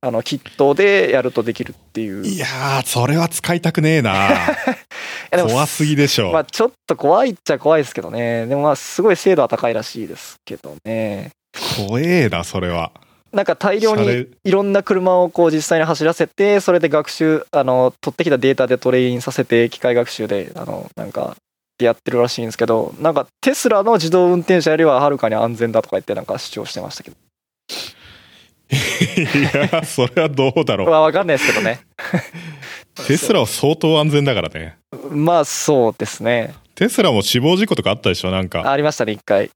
Speaker 2: あのキットでやるとできるっていう
Speaker 1: いやーそれは使 [laughs] いたくねえな
Speaker 2: やでも
Speaker 1: 怖すぎでしょ、
Speaker 2: まあちょっと怖いっちゃ怖いですけどねでもまあすごい精度は高いらしいですけどね
Speaker 1: 怖えなそれは
Speaker 2: なんか大量
Speaker 1: シ
Speaker 2: に
Speaker 1: ャレ
Speaker 2: いろんな車をこう実際に走らせてそれで学習あの取ってきたデータでトレインさせて機械学習であのなんかでやってるらしいんですけどなんかテスラの自動運転車よりははるかに安全だとか言ってなんか主張してま
Speaker 1: [laughs]
Speaker 2: したけど
Speaker 1: いやそれはどうだ [laughs] ろう。
Speaker 2: まあ、わかんないですけどね
Speaker 1: テスラは相当安全だからね
Speaker 2: まあ、そうですね。
Speaker 1: テスラも死亡事故とかあったでしょなんか
Speaker 2: ありましたね、一回。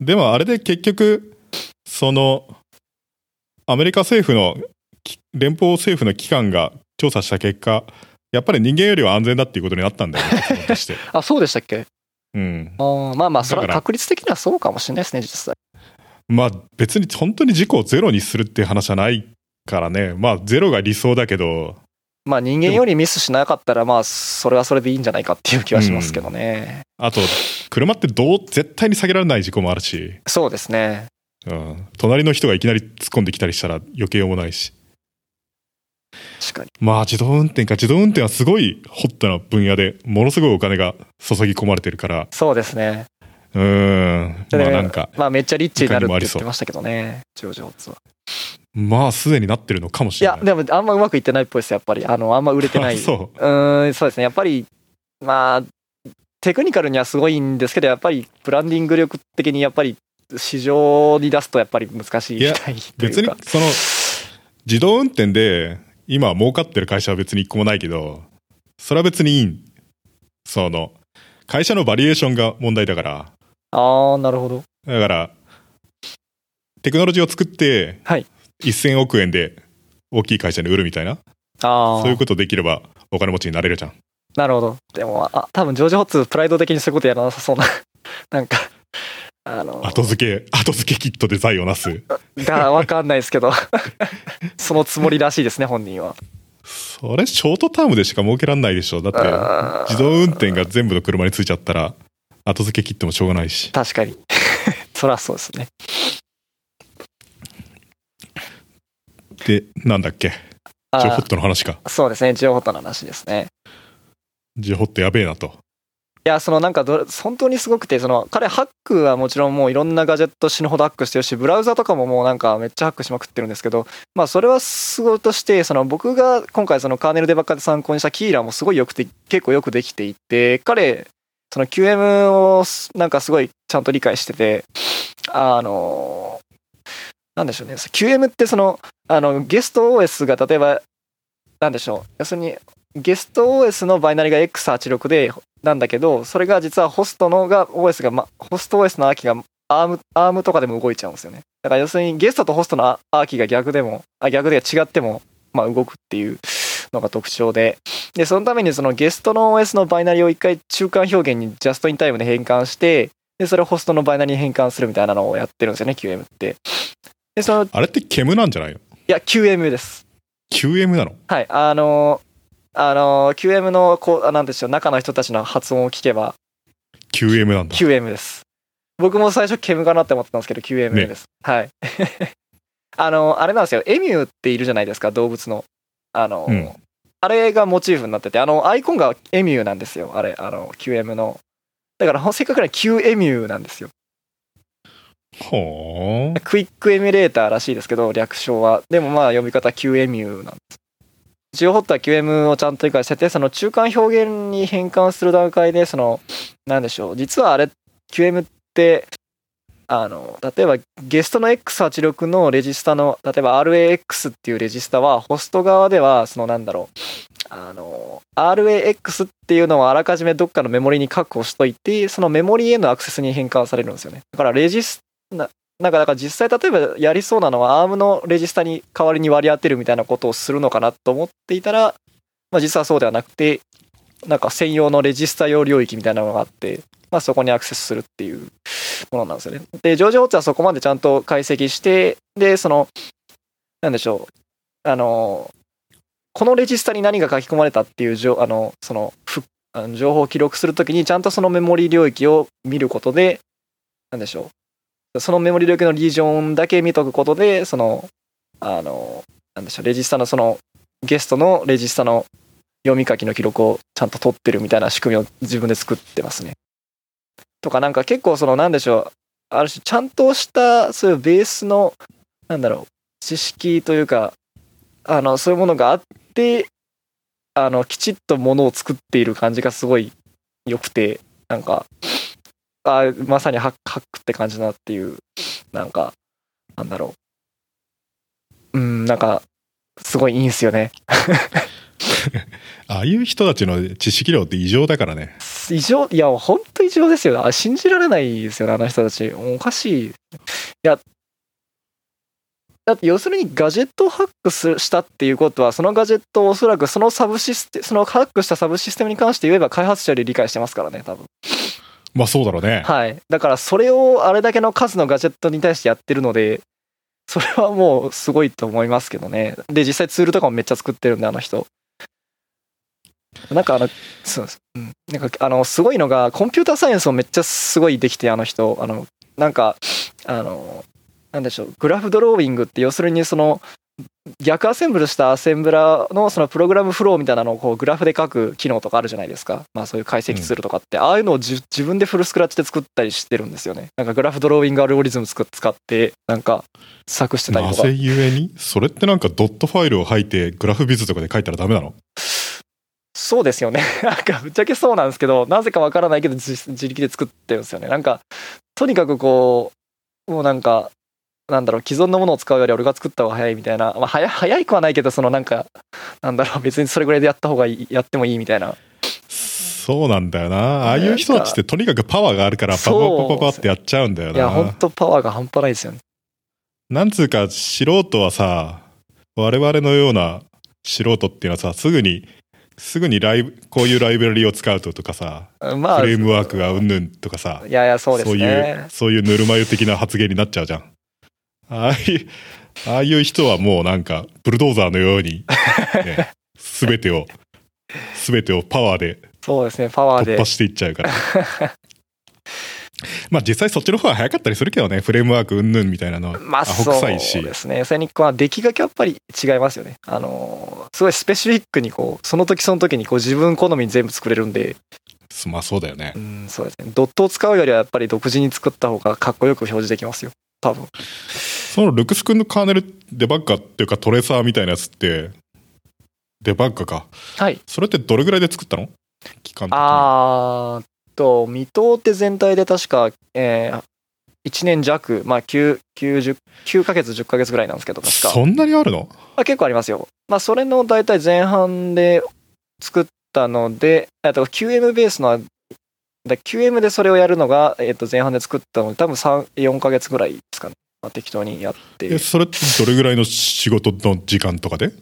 Speaker 1: でもあれで結局そのアメリカ政府のき連邦政府の機関が調査した結果やっぱり人間よりは安全だっていうことになったんだよね結論として
Speaker 2: あ、そうでしたっけ
Speaker 1: うん
Speaker 2: あーまあまあ、それ
Speaker 1: だ
Speaker 2: は
Speaker 1: から
Speaker 2: 確率的にはそうかもしれないですね、実際。
Speaker 1: まあ別に本当に事故をゼロにするっていう話じゃないからねまあゼロが理想だけど
Speaker 2: まあ、人間よりミスしなかったら、まあ、それはそれでいいんじゃないかっていう気はしますけどね。
Speaker 1: あと車ってどう絶対に下げられない事故もあるし、
Speaker 2: そうですね。
Speaker 1: うん、隣の人がいきなり突っ込んできたりしたら余計もないし
Speaker 2: 確かに。
Speaker 1: まあ自動運転か自動運転はすごいホットな分野でものすごいお金が注ぎ込まれてるから
Speaker 2: そうですね。
Speaker 1: うーんまあなんか
Speaker 2: まあ、めっちゃリッチになる
Speaker 1: 他に
Speaker 2: って言っ
Speaker 1: もありそう
Speaker 2: てましたけどね、上場発は。
Speaker 1: まあすでになってるのかもし
Speaker 2: い
Speaker 1: れ
Speaker 2: や
Speaker 1: ない、
Speaker 2: でも、あんまうまくいってないっぽいです、やっぱり。あの、あんま売れてない。
Speaker 1: [laughs] あそう
Speaker 2: ーん、そうですね。やっぱり、まあ、テクニカルにはすごいんですけど、やっぱりブランディング力的にやっぱり市場に出すとやっぱり難しいみたいというか
Speaker 1: 別にその自動運転で今儲かってる会社は別に一個もないけどそれは別にいいんその会社のバリエーションが問題だから
Speaker 2: ああ、なるほど。
Speaker 1: だからテクノロジーを作って、
Speaker 2: はい
Speaker 1: 1000億円で大きい会社に売るみたいな
Speaker 2: ああ、
Speaker 1: そういうことできればお金持ちになれるじゃん
Speaker 2: なるほど。でも、あ、多分、ジョージ・ホッツ、プライド的にそういうことやらなさそうな、 [laughs] なんか、あの、
Speaker 1: 後付け後付けキットで財をなす
Speaker 2: がわかんないですけど、 [laughs] そのつもりらしいですね、本人は。
Speaker 1: それショートタームでしか儲けらんないでしょだって
Speaker 2: あー
Speaker 1: 自動運転が全部の車についちゃったら後付け切ってもしょうがないし
Speaker 2: 確かに。 [laughs] そらそうですね。
Speaker 1: でなんだっけ
Speaker 2: あ
Speaker 1: ジ
Speaker 2: ー
Speaker 1: オホットの話か
Speaker 2: そうですね、ジオホットの話ですね。
Speaker 1: ジオホットやべえなと
Speaker 2: いや、そのなんかどれ、本当にすごくて、その、彼、ハックはもちろんもういろんなガジェット死ぬほどハックしてるし、ブラウザとかももうなんかめっちゃハックしまくってるんですけど、まあ、それはすごいとして、その僕が今回、そのカーネルデバッカで参考にしたキーラもすごいよくて、結構よくできていて、彼、その QM をすなんかすごいちゃんと理解してて、あの、なんでしょうね、QM ってその、あの、ゲスト OS が例えば、なんでしょう、要するに、ゲスト OS のバイナリが X86 で、なんだけど、それが実はホストのが、OS が、ま、ホスト OS のアーキが、アーム、アームとかでも動いちゃうんですよね。だから要するに、ゲストとホストのアアーキが逆でも、あ、逆で違っても、まあ、動くっていうのが特徴で、で、そのためにそのゲストの OS のバイナリを一回中間表現にジャストインタイムで変換して、で、それをホストのバイナリに変換するみたいなのをやってるんですよね、QM って。で、その、い
Speaker 1: あれって KEM なんじゃないの
Speaker 2: や、QM です。
Speaker 1: ?QM なの
Speaker 2: はい、あのーあのー QM のこうあなんでしょう中の人たちの発音を聞けば
Speaker 1: ?QM なんだ。
Speaker 2: QM です。僕も最初 KEM かなって思ってたんですけど QM
Speaker 1: ね
Speaker 2: です。はい。 [laughs] あのーあれなんですよエミューっているじゃないですか動物のあのー、
Speaker 1: うん
Speaker 2: あれがモチーフになっててあのアイコンがエミューなんですよあれあの QM のだからほんせっかくなら Q エミューなんですよ。
Speaker 1: ほー。
Speaker 2: クイックエミュレーターらしいですけど、略称は。でもまあ読み方 QEMU なんです。ジオホットは QM をちゃんと理解してて、その中間表現に変換する段階で、その、なんでしょう、実はあれ、QM って、あの、例えばゲストの X86 のレジスタの、例えば RAX っていうレジスタは、ホスト側では、そのなんだろう、あの、RAX っていうのをあらかじめどっかのメモリに確保しといて、そのメモリへのアクセスに変換されるんですよね。だからレジスなんかだから実際例えばやりそうなのはアームのレジスタに代わりに割り当てるみたいなことをするのかなと思っていたら、まあ、実はそうではなくてなんか専用のレジスタ用領域みたいなのがあって、まあ、そこにアクセスするっていうものなんですよね。でジョージ・ホッツはそこまでちゃんと解析してでそのなんでしょうあのこのレジスタに何が書き込まれたっていうじょあのそのふあの情報を記録するときにちゃんとそのメモリ領域を見ることでなんでしょうそのメモリ領域のリージョンだけ見とくことで、その、あの、なんでしょう、レジスタのその、ゲストのレジスタの読み書きの記録をちゃんと取ってるみたいな仕組みを自分で作ってますね。とか、なんか結構その、なんでしょう、ある種、ちゃんとした、そういうベースの、なんだろう、知識というか、あの、そういうものがあって、あの、きちっとものを作っている感じがすごい良くて、なんか、あまさにハックハックって感じだなっていうなんか、なんだろう。うん、なんか、すごいいいんすよね。
Speaker 1: ああいう人たちの知識量って異常だからね。
Speaker 2: 異常、いや、ほんと異常ですよ。あ信じられないですよね、あの人たち。おかしい。いや、だって要するにガジェットをハックすしたっていうことは、そのガジェットをおそらくそのサブシステム、そのハックしたサブシステムに関して言えば開発者より理解してますからね、多分。
Speaker 1: まあそうだろうね。
Speaker 2: はい。だからそれをあれだけの数のガジェットに対してやってるので、それはもうすごいと思いますけどね。で、実際ツールとかもめっちゃ作ってるんで、あの人。なんかあの、そうです。うんなんかあの、すごいのが、コンピューターサイエンスもめっちゃすごいできて、あの人。あの、なんか、あの、なんでしょう、グラフドローイングって、要するにその、逆アセンブルしたアセンブラーのそのプログラムフローみたいなのをこうグラフで書く機能とかあるじゃないですか、まあ、そういう解析ツールとかって、ああいうのをじ自分でフルスクラッチで作ったりしてるんですよねなんかグラフドローイングアルゴリズムつく使ってなんか作してたり
Speaker 1: な
Speaker 2: とか
Speaker 1: ぜゆえにそれってなんかドットファイルを吐いてグラフビズとかで書いたらダメなの
Speaker 2: そうですよね [laughs] なんかぶっちゃけそうなんですけどなぜかわからないけど自自力で作ってるんですよねなんかとにかくこうもうなんかなんだろう既存のものを使うより俺が作った方が早いみたいな、まあ、早早いくはないけどそのなんかなんだろう別にそれぐらいでやった方がいいやってもいいみたいな
Speaker 1: そうなんだよな。ああいう人たちってとにかくパワーがあるからパパパパパってやっちゃうんだよ
Speaker 2: いや、ほん
Speaker 1: な。
Speaker 2: とパワーが半端ないですよね。
Speaker 1: なんつうか素人はさ、我々のような素人っていうのはさ、すぐに、すぐにライブ、こういうライブラリを使うととかさ、
Speaker 2: まあ、
Speaker 1: フレームワークがうんぬんとかさ、
Speaker 2: いやいや、そうです
Speaker 1: いう
Speaker 2: ね。、
Speaker 1: そういうぬるま湯的な発言になっちゃうじゃん。ああいう、ああいう人はもうなんか、ブルドーザーのように、ね、すべてを、すべてをパワーで
Speaker 2: そうですね、パワー
Speaker 1: 突
Speaker 2: で
Speaker 1: 破。していっちゃうから。 [laughs] まあ実際そっちの方が早かったりするけどね、フレームワークうんぬんみたいなのは。
Speaker 2: まあ、
Speaker 1: アホ
Speaker 2: そう
Speaker 1: 臭いし
Speaker 2: ですね。セニックは出来がやっぱり違いますよね。あのー、すごいスペシフィックにこう、その時その時にこう自分好みに全部作れるんで、
Speaker 1: まあそうだよね
Speaker 2: う。ん、そうですね。ドットを使うよりはやっぱり独自に作った方がかっこよく表示できますよ。多分。
Speaker 1: そのルクス君のカーネルデバッカーっていうかトレーサーみたいなやつって、デバッカーか。
Speaker 2: はい。
Speaker 1: それってどれぐらいで作ったの期間的に
Speaker 2: あーっと、未踏って全体で確か、えー1年弱、まあ9、9、9ヶ月、10ヶ月ぐらいなんですけど、確か。
Speaker 1: そんなにあるの
Speaker 2: まあ、結構ありますよ。まあ、それの大体前半で作ったので、えっと QM ベースの、だ QM でそれをやるのが、えっと前半で作ったので、多分3、4ヶ月ぐらいですかね。まあ、適当にやって
Speaker 1: え、。それってどれぐらいの仕事の時間とかで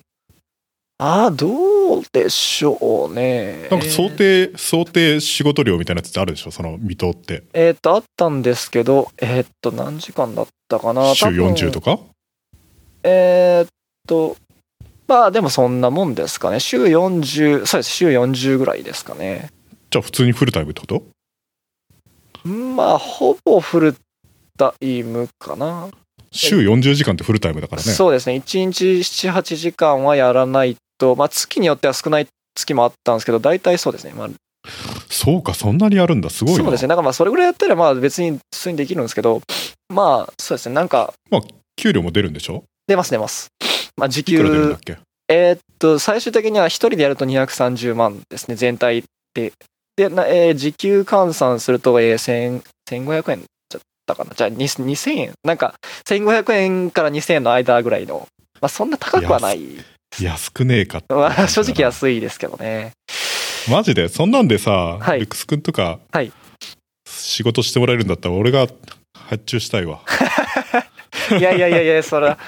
Speaker 2: ああ、どうでしょうね。
Speaker 1: なんか想定、想定仕事量みたいなやつってあるでしょその未踏って。
Speaker 2: えっと、あったんですけど、えっと、何時間だったかな。
Speaker 1: 週40
Speaker 2: か
Speaker 1: とか
Speaker 2: えーっと、まあでもそんなもんですかね。週40、そうです、週40ぐらいですかね。
Speaker 1: じゃあ普通にフルタイムってこと
Speaker 2: まあ、ほぼフルタイムかな。
Speaker 1: 週40時間ってフルタイムだからね。
Speaker 2: そうですね。1日7、8時間はやらないと、まあ月によっては少ない月もあったんですけど、大体そうですね。まあ、
Speaker 1: そうか、そんなにやるんだ。すごいな。
Speaker 2: そうですね。だからまあそれぐらいやったら、まあ別に普通にできるんですけど、まあそうですね。なんか、
Speaker 1: 給料も出るんでしょ
Speaker 2: 出ます出ます。まあ時
Speaker 1: いくら出るんだ
Speaker 2: 給
Speaker 1: っ、け
Speaker 2: えーっと、最終的には1人でやると230万ですね、全体で。で、なえー時給換算すると、えー、1000 1500円だったかな。じゃあ、に2000円。なんか、1500円から2000円の間ぐらいの。まあ、そんな高くはない。
Speaker 1: 安くねえかって
Speaker 2: まあ、正直安いですけどね。
Speaker 1: マジでそんなんでさ、
Speaker 2: はい
Speaker 1: ルックス君とか、
Speaker 2: はい
Speaker 1: 仕事してもらえるんだったら俺が発注したい
Speaker 2: [laughs]
Speaker 1: わ
Speaker 2: いやいやいやいや、そら、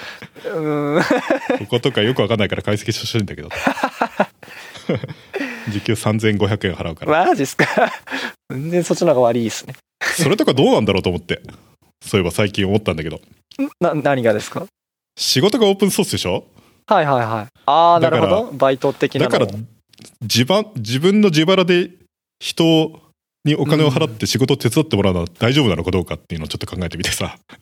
Speaker 2: うーん。
Speaker 1: こことかよくわかんないから解析してほしいん
Speaker 2: [laughs]
Speaker 1: だけど時給3500円払うから、
Speaker 2: [laughs] マジっすか。全然そっちの方が悪いですね。
Speaker 1: それとかどうなんだろうと思ってそういえば最近思ったんだけど
Speaker 2: な、何がですか
Speaker 1: 仕事がオープンソースでしょ
Speaker 2: はいはいはい。ああ、
Speaker 1: だ
Speaker 2: な
Speaker 1: か
Speaker 2: る
Speaker 1: ら
Speaker 2: ほど。バイト的な
Speaker 1: だ
Speaker 2: の
Speaker 1: から自ば自分の自腹で人にお金を払って仕事を手伝ってもらうのは大丈夫なのかどうかっていうのをちょっと考えてみてさ
Speaker 2: あ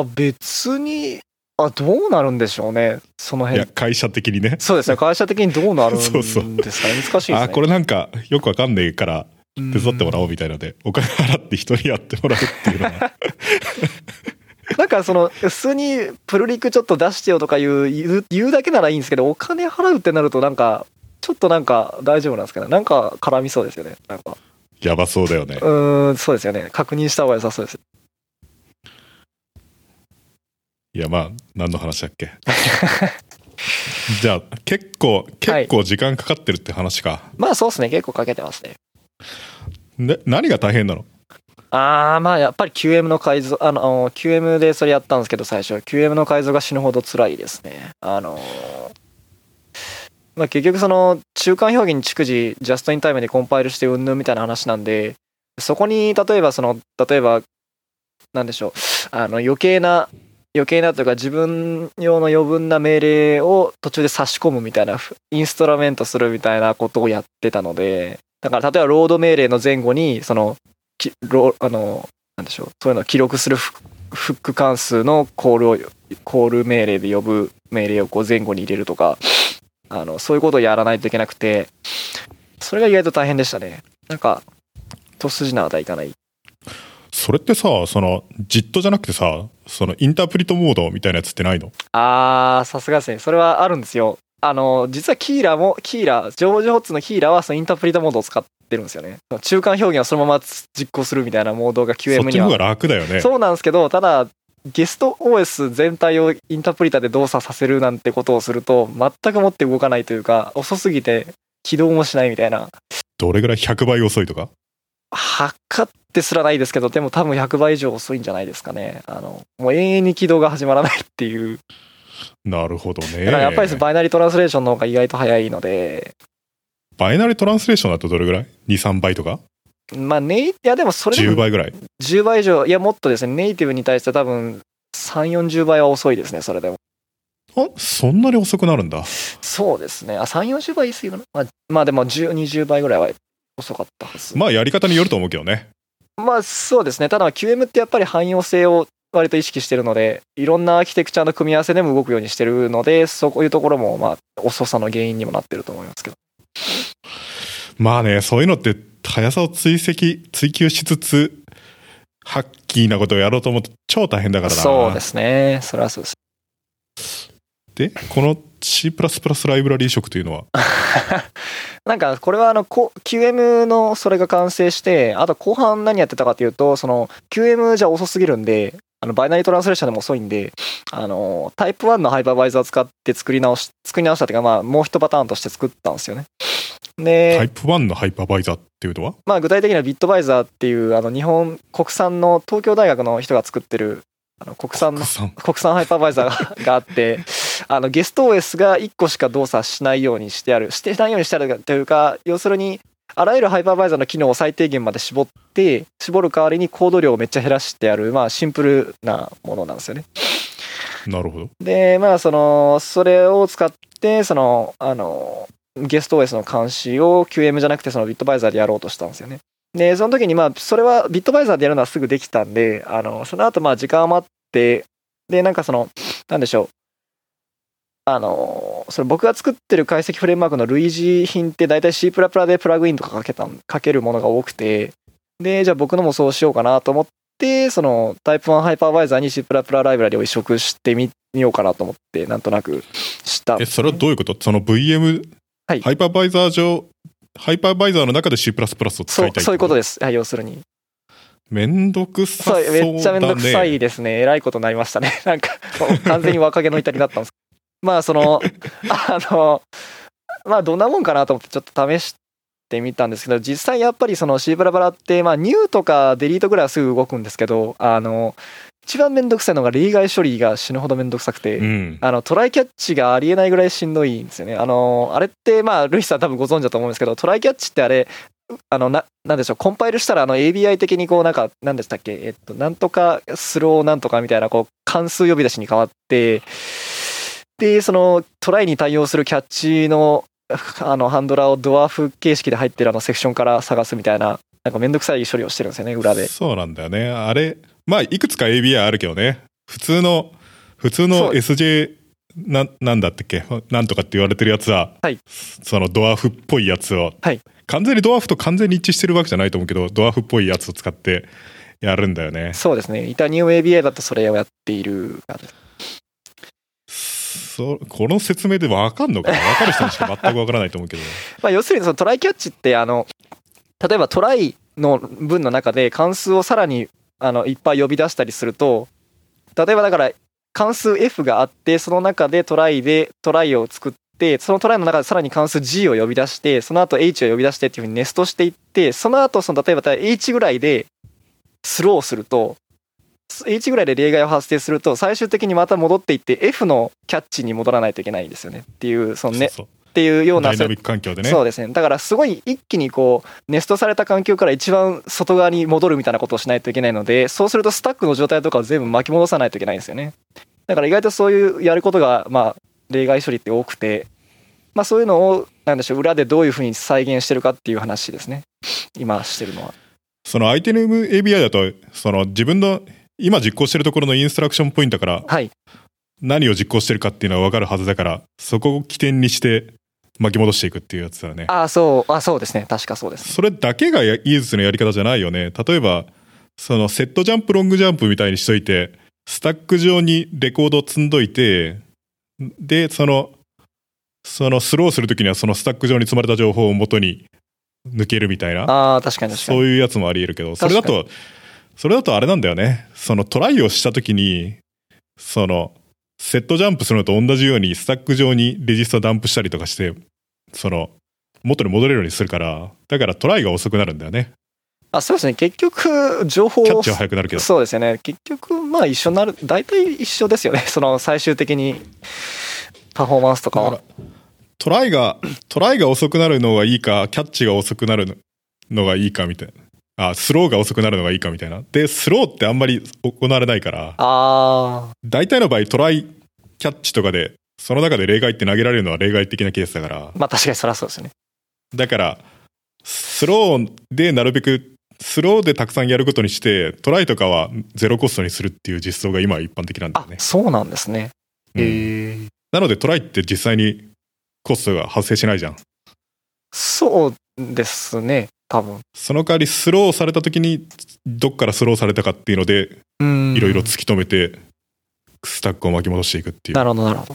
Speaker 2: あ、別に、あ、どうなるんでしょうね、その
Speaker 1: いや
Speaker 2: 辺。
Speaker 1: 会社的にね
Speaker 2: そうですね、会社的にどうなるんですか
Speaker 1: [laughs] そうそう
Speaker 2: ね、難しいですね。
Speaker 1: あこれなんかよくわかんねえから手伝ってもら
Speaker 2: う
Speaker 1: おうみたいなので、お金払って人にやってもらうっていうの
Speaker 2: [laughs]
Speaker 1: は
Speaker 2: ん。なんかその、普通にプルリクちょっと出してよとかいう言う、言うだけならいいんですけど、お金払うってなると、なんか、ちょっとなんか大丈夫なんですかね。なんか絡みそうですよね。なんか。
Speaker 1: やばそうだよね
Speaker 2: うーん、そうですよね。確認した方が良さそうです。
Speaker 1: いやまあ何の話だっ
Speaker 2: [laughs]
Speaker 1: けじゃあ結構結構時間かかってるって話か、
Speaker 2: まあそうですね、結構かけてますね。
Speaker 1: ね何が大変なの
Speaker 2: ああ、まあやっぱり QM の改造、あの、あの QM でそれやったんですけど、最初、QM の改造が死ぬほど辛いですね。あのーまあ結局その、中間表現に逐次、ジャストインタイムでコンパイルしてうんぬんみたいな話なんで、そこに、例えばその、例えば、なんでしょう、あの、余計な、余計なというか自分用の余分な命令を途中で差し込むみたいな、ふインストラメントするみたいなことをやってたので、だから例えばロード命令の前後に、その、きロあのなんでしょうそういうのを記録するフフック関数のコールをコール命令で呼ぶ命令をこう前後に入れるとかあのそういうことをやらないといけなくてそれが意外と大変でしたねなんか一筋縄ではいかない
Speaker 1: それってさそのじっとじゃなくてさそのインタープリトモードみたいなやつってないの
Speaker 2: あーさすがですねそれはあるんですよあの実はキーラもキーラジョージ・ホッツのキーラはそのインタープリタモードを使ってるんですよねその中間表現をそのまま実行するみたいなモードが
Speaker 1: そ
Speaker 2: QM
Speaker 1: っち
Speaker 2: に
Speaker 1: の
Speaker 2: は
Speaker 1: 方が楽だよね
Speaker 2: そうなんですけど、ただ、ゲスト OS 全体をインタープリタで動作させるなんてことをすると、全くもって動かないというか、遅すぎて起動もしないみたいな。
Speaker 1: どれぐらい100倍遅いとか
Speaker 2: 測ってすらないですけど、でも多分100倍以上遅いんじゃないですかね。あの、もう永遠に起動が始まらないっていう。
Speaker 1: なるほどね
Speaker 2: だからやっぱりそのバイナリートランスレーションの方が意外と早いので、
Speaker 1: バイナリトランスレーションだとどれぐらい23倍とか
Speaker 2: まあネイ、いやでもそれで
Speaker 1: 10
Speaker 2: も
Speaker 1: 倍ぐらい
Speaker 2: 10倍以上、いやもっとですね、ネイティブに対して多分3、40倍は遅いですね、それでも。
Speaker 1: あそんなに遅くなるんだ
Speaker 2: そうですね。あ、3、40倍言い過ぎかな。まあ、まあ、でも10、20倍ぐらいは遅かったはず。
Speaker 1: ま
Speaker 2: ま
Speaker 1: あやり方によると思うけどね
Speaker 2: あ、そうですね。ただ、QM ってやっぱり汎用性を割と意識してるので、いろんなアーキテクチャの組み合わせでも動くようにしてるので、そういうところも、まあ、遅さの原因にもなってると思いますけど。
Speaker 1: まあね、そういうのって速さを追跡、追求しつつ、ハッキーなことをやろうと思うと超大変だからな。
Speaker 2: そうですね。それはそうです。
Speaker 1: でこの C++ ライブラリー色というのは
Speaker 2: なんかこれはあのこ QM のそれが完成してあと後半何やってたかというとその QM じゃ遅すぎるんであのバイナリートランスレーションでも遅いんであのタイプ1のハイパーバイザー使って作り直し作り直したっていうかまあもう一パターンとして作ったんですよね。で
Speaker 1: タイプ1のハイパーバイザーっていうのは
Speaker 2: まあ、具体的にはビットバイザーっていうあの日本国産の東京大学の人が作ってるあの国産の
Speaker 1: 国産
Speaker 2: 国産ハイパーバイザーががあってあのゲスト OS が1個しか動作しないようにしてあるしてないようにしてあるというか要するにあらゆるハイパーバイザーの機能を最低限まで絞って絞る代わりにコード量をめっちゃ減らしてある、まあ、シンプルなものなんですよね。
Speaker 1: なるほど
Speaker 2: でまあそのそれを使ってそのあのゲスト OS の監視を QM じゃなくてそのビットバイザーでやろうとしたんですよね。でその時にまあそれはビットバイザーでやるのはすぐできたんであのその後まあ時間余ってでなんかそのなんでしょうあのそれ僕が作ってる解析フレームワークの類似品って大体 C++ でプラグインとかかけたんかけるものが多くてでじゃあ僕のもそうしようかなと思ってそのタイプ1ハイパーバイザーに C++ ライブラリを移植してみようかなと思ってなんとなくしたん
Speaker 1: え
Speaker 2: です
Speaker 1: それはどういうことその VM、
Speaker 2: はい
Speaker 1: ハイパーバイザー上ハイパーバイザーの中で C++ を使いたいって
Speaker 2: そうそういうこと
Speaker 1: で
Speaker 2: です、はい、要するに
Speaker 1: めんどくさ
Speaker 2: そ
Speaker 1: そう
Speaker 2: う
Speaker 1: だね
Speaker 2: めっちゃめんどくさいですねえらいことになりましたね [laughs] なんかもう完全に若気の至りだったんですまあそ
Speaker 1: [laughs]
Speaker 2: のあのまあどんなもんかなと思ってちょっと試してみたんですけど実際やっぱりその C ブラブラって、まあ、ニューとかデリートぐらいはすぐ動くんですけどあの一番めんどくさいのが例外処理が死ぬほどめんどくさくて、
Speaker 1: うん
Speaker 2: あのトライキャッチがありえないぐらいしんどいんですよね。あのあれってまあルイさん多分ご存知だと思うんですけどトライキャッチってあれうあのななんでしょうコンパイルしたらあの ABI 的にこうなんか何でしたっけえっとなんとかスローなんとかみたいなこう関数呼び出しに変わってでそのトライに対応するキャッチのあのハンドラーをドワーフ形式で入ってるあのセクションから探すみたいななんかめんどくさい処理をしてるんですよね裏で。
Speaker 1: そうなんだよねあれまあいくつか ABI あるけどね普通の普通の
Speaker 2: そう
Speaker 1: SJ ななんだったっけなんとかって言われてるやつは、
Speaker 2: はい
Speaker 1: そのドワーフっぽいやつを、
Speaker 2: はい
Speaker 1: 完全にドワーフと完全に一致してるわけじゃないと思うけどドワーフっぽいやつを使ってやるんだよね
Speaker 2: そうですねイタニウム ABI だとそれをやっている感じ
Speaker 1: そこの説明で分かんのかな分かる人にしか全く分からないと思うけど
Speaker 2: まあ、要するにそのトライキャッチってあの例えばトライの文の中で関数をさらにあのいっぱい呼び出したりすると例えばだから関数 F があってその中でトライでトライを作ってそのトライの中でさらに関数 G を呼び出してその後 H を呼び出してっていうふうにネストしていってその後その例えば H ぐらいでスローすると H ぐらいで例外を発生すると最終的にまた戻っていって F のキャッチに戻らないといけないんですよねっていうその [laughs] ね
Speaker 1: そうそう
Speaker 2: っていうような
Speaker 1: ダイナミック環境でね
Speaker 2: そうですねだからすごい一気にこうネストされた環境から一番外側に戻るみたいなことをしないといけないのでそうするとスタックの状態とかを全部巻き戻さないといけないんですよねだから意外とそういうやることがまあ例外処理って多くてまあそういうのをなんでしょう裏でどういうふうに再現してるかっていう話ですね今してるのは
Speaker 1: その ITNM ABI だとその自分の今実行してるところのインストラクションポイントから
Speaker 2: はい
Speaker 1: 何を実行してるかっていうのは分かるはずだからそこを起点にして巻き戻していくっていうやつだよね
Speaker 2: ああそうあそうですね確かそうです
Speaker 1: それだけがやイーズスのやり方じゃないよね例えばそのセットジャンプロングジャンプみたいにしといてスタック上にレコードを積んどいてでそのそのスローするときにはそのスタック上に積まれた情報を元に抜けるみたいな
Speaker 2: ああ確かに確
Speaker 1: そ
Speaker 2: かに
Speaker 1: ういうやつもあり得るけど、それだと、それだとあれなんだよね。そのトライをしたときに、その、セットジャンプするのと同じように、スタック上にレジスタダンプしたりとかして、その、元に戻れるようにするから、だからトライが遅くなるんだよね。
Speaker 2: あそうですね結局情報を
Speaker 1: キャッチは早くなるけど。
Speaker 2: そうですよね結局まあ一緒になる大体一緒ですよね [laughs] その最終的にパフォーマンスとか
Speaker 1: だか
Speaker 2: は
Speaker 1: ら、トライが、トライが遅くなるのがいいか、キャッチが遅くなるのがいいかみたいな。あ、スローが遅くなるのがいいかみたいな。で、スローってあんまり行われないから。
Speaker 2: あ
Speaker 1: 大体の場合トライキャッチとかでその中で例外って投げられるのは例外的なケースだから
Speaker 2: ーまあ確かにそりゃそうですよね
Speaker 1: だからスローでなるべくスローでたくさんやることにしてトライとかはゼロコストにするっていう実装が今一般的なんだ
Speaker 2: あ
Speaker 1: よね、
Speaker 2: そうなんですね
Speaker 1: うん
Speaker 2: へえ
Speaker 1: なのでトライって実際にコストが発生しないじゃん
Speaker 2: そうですね多分
Speaker 1: その代わりスローされた時にどっからスローされたかっていうので
Speaker 2: うん
Speaker 1: いろいろ突き止めてスタックを巻き戻していくっていう
Speaker 2: なるほどなるほど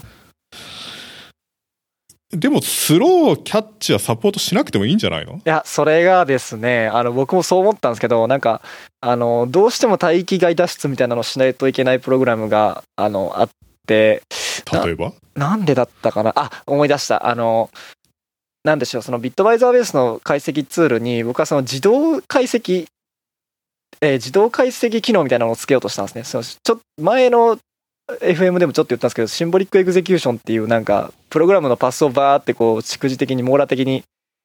Speaker 1: でも、スロー、キャッチはサポートしなくてもいいんじゃないの
Speaker 2: いや、それがですね、あの、僕もそう思ったんですけど、なんか、あの、どうしても大気外脱出みたいなのをしないといけないプログラムが、あの、あって、な
Speaker 1: 例えば
Speaker 2: なんでだったかなあ、思い出した。あの、なんでしょう、そのビットバイザーベースの解析ツールに、僕はその自動解析、えー自動解析機能みたいなのをつけようとしたんですね。そのちょ前の FM でもちょっと言ったんですけど、シンボリックエグゼキューションっていうなんか、プログラムのパスをバーってこう、逐次的に網羅的に、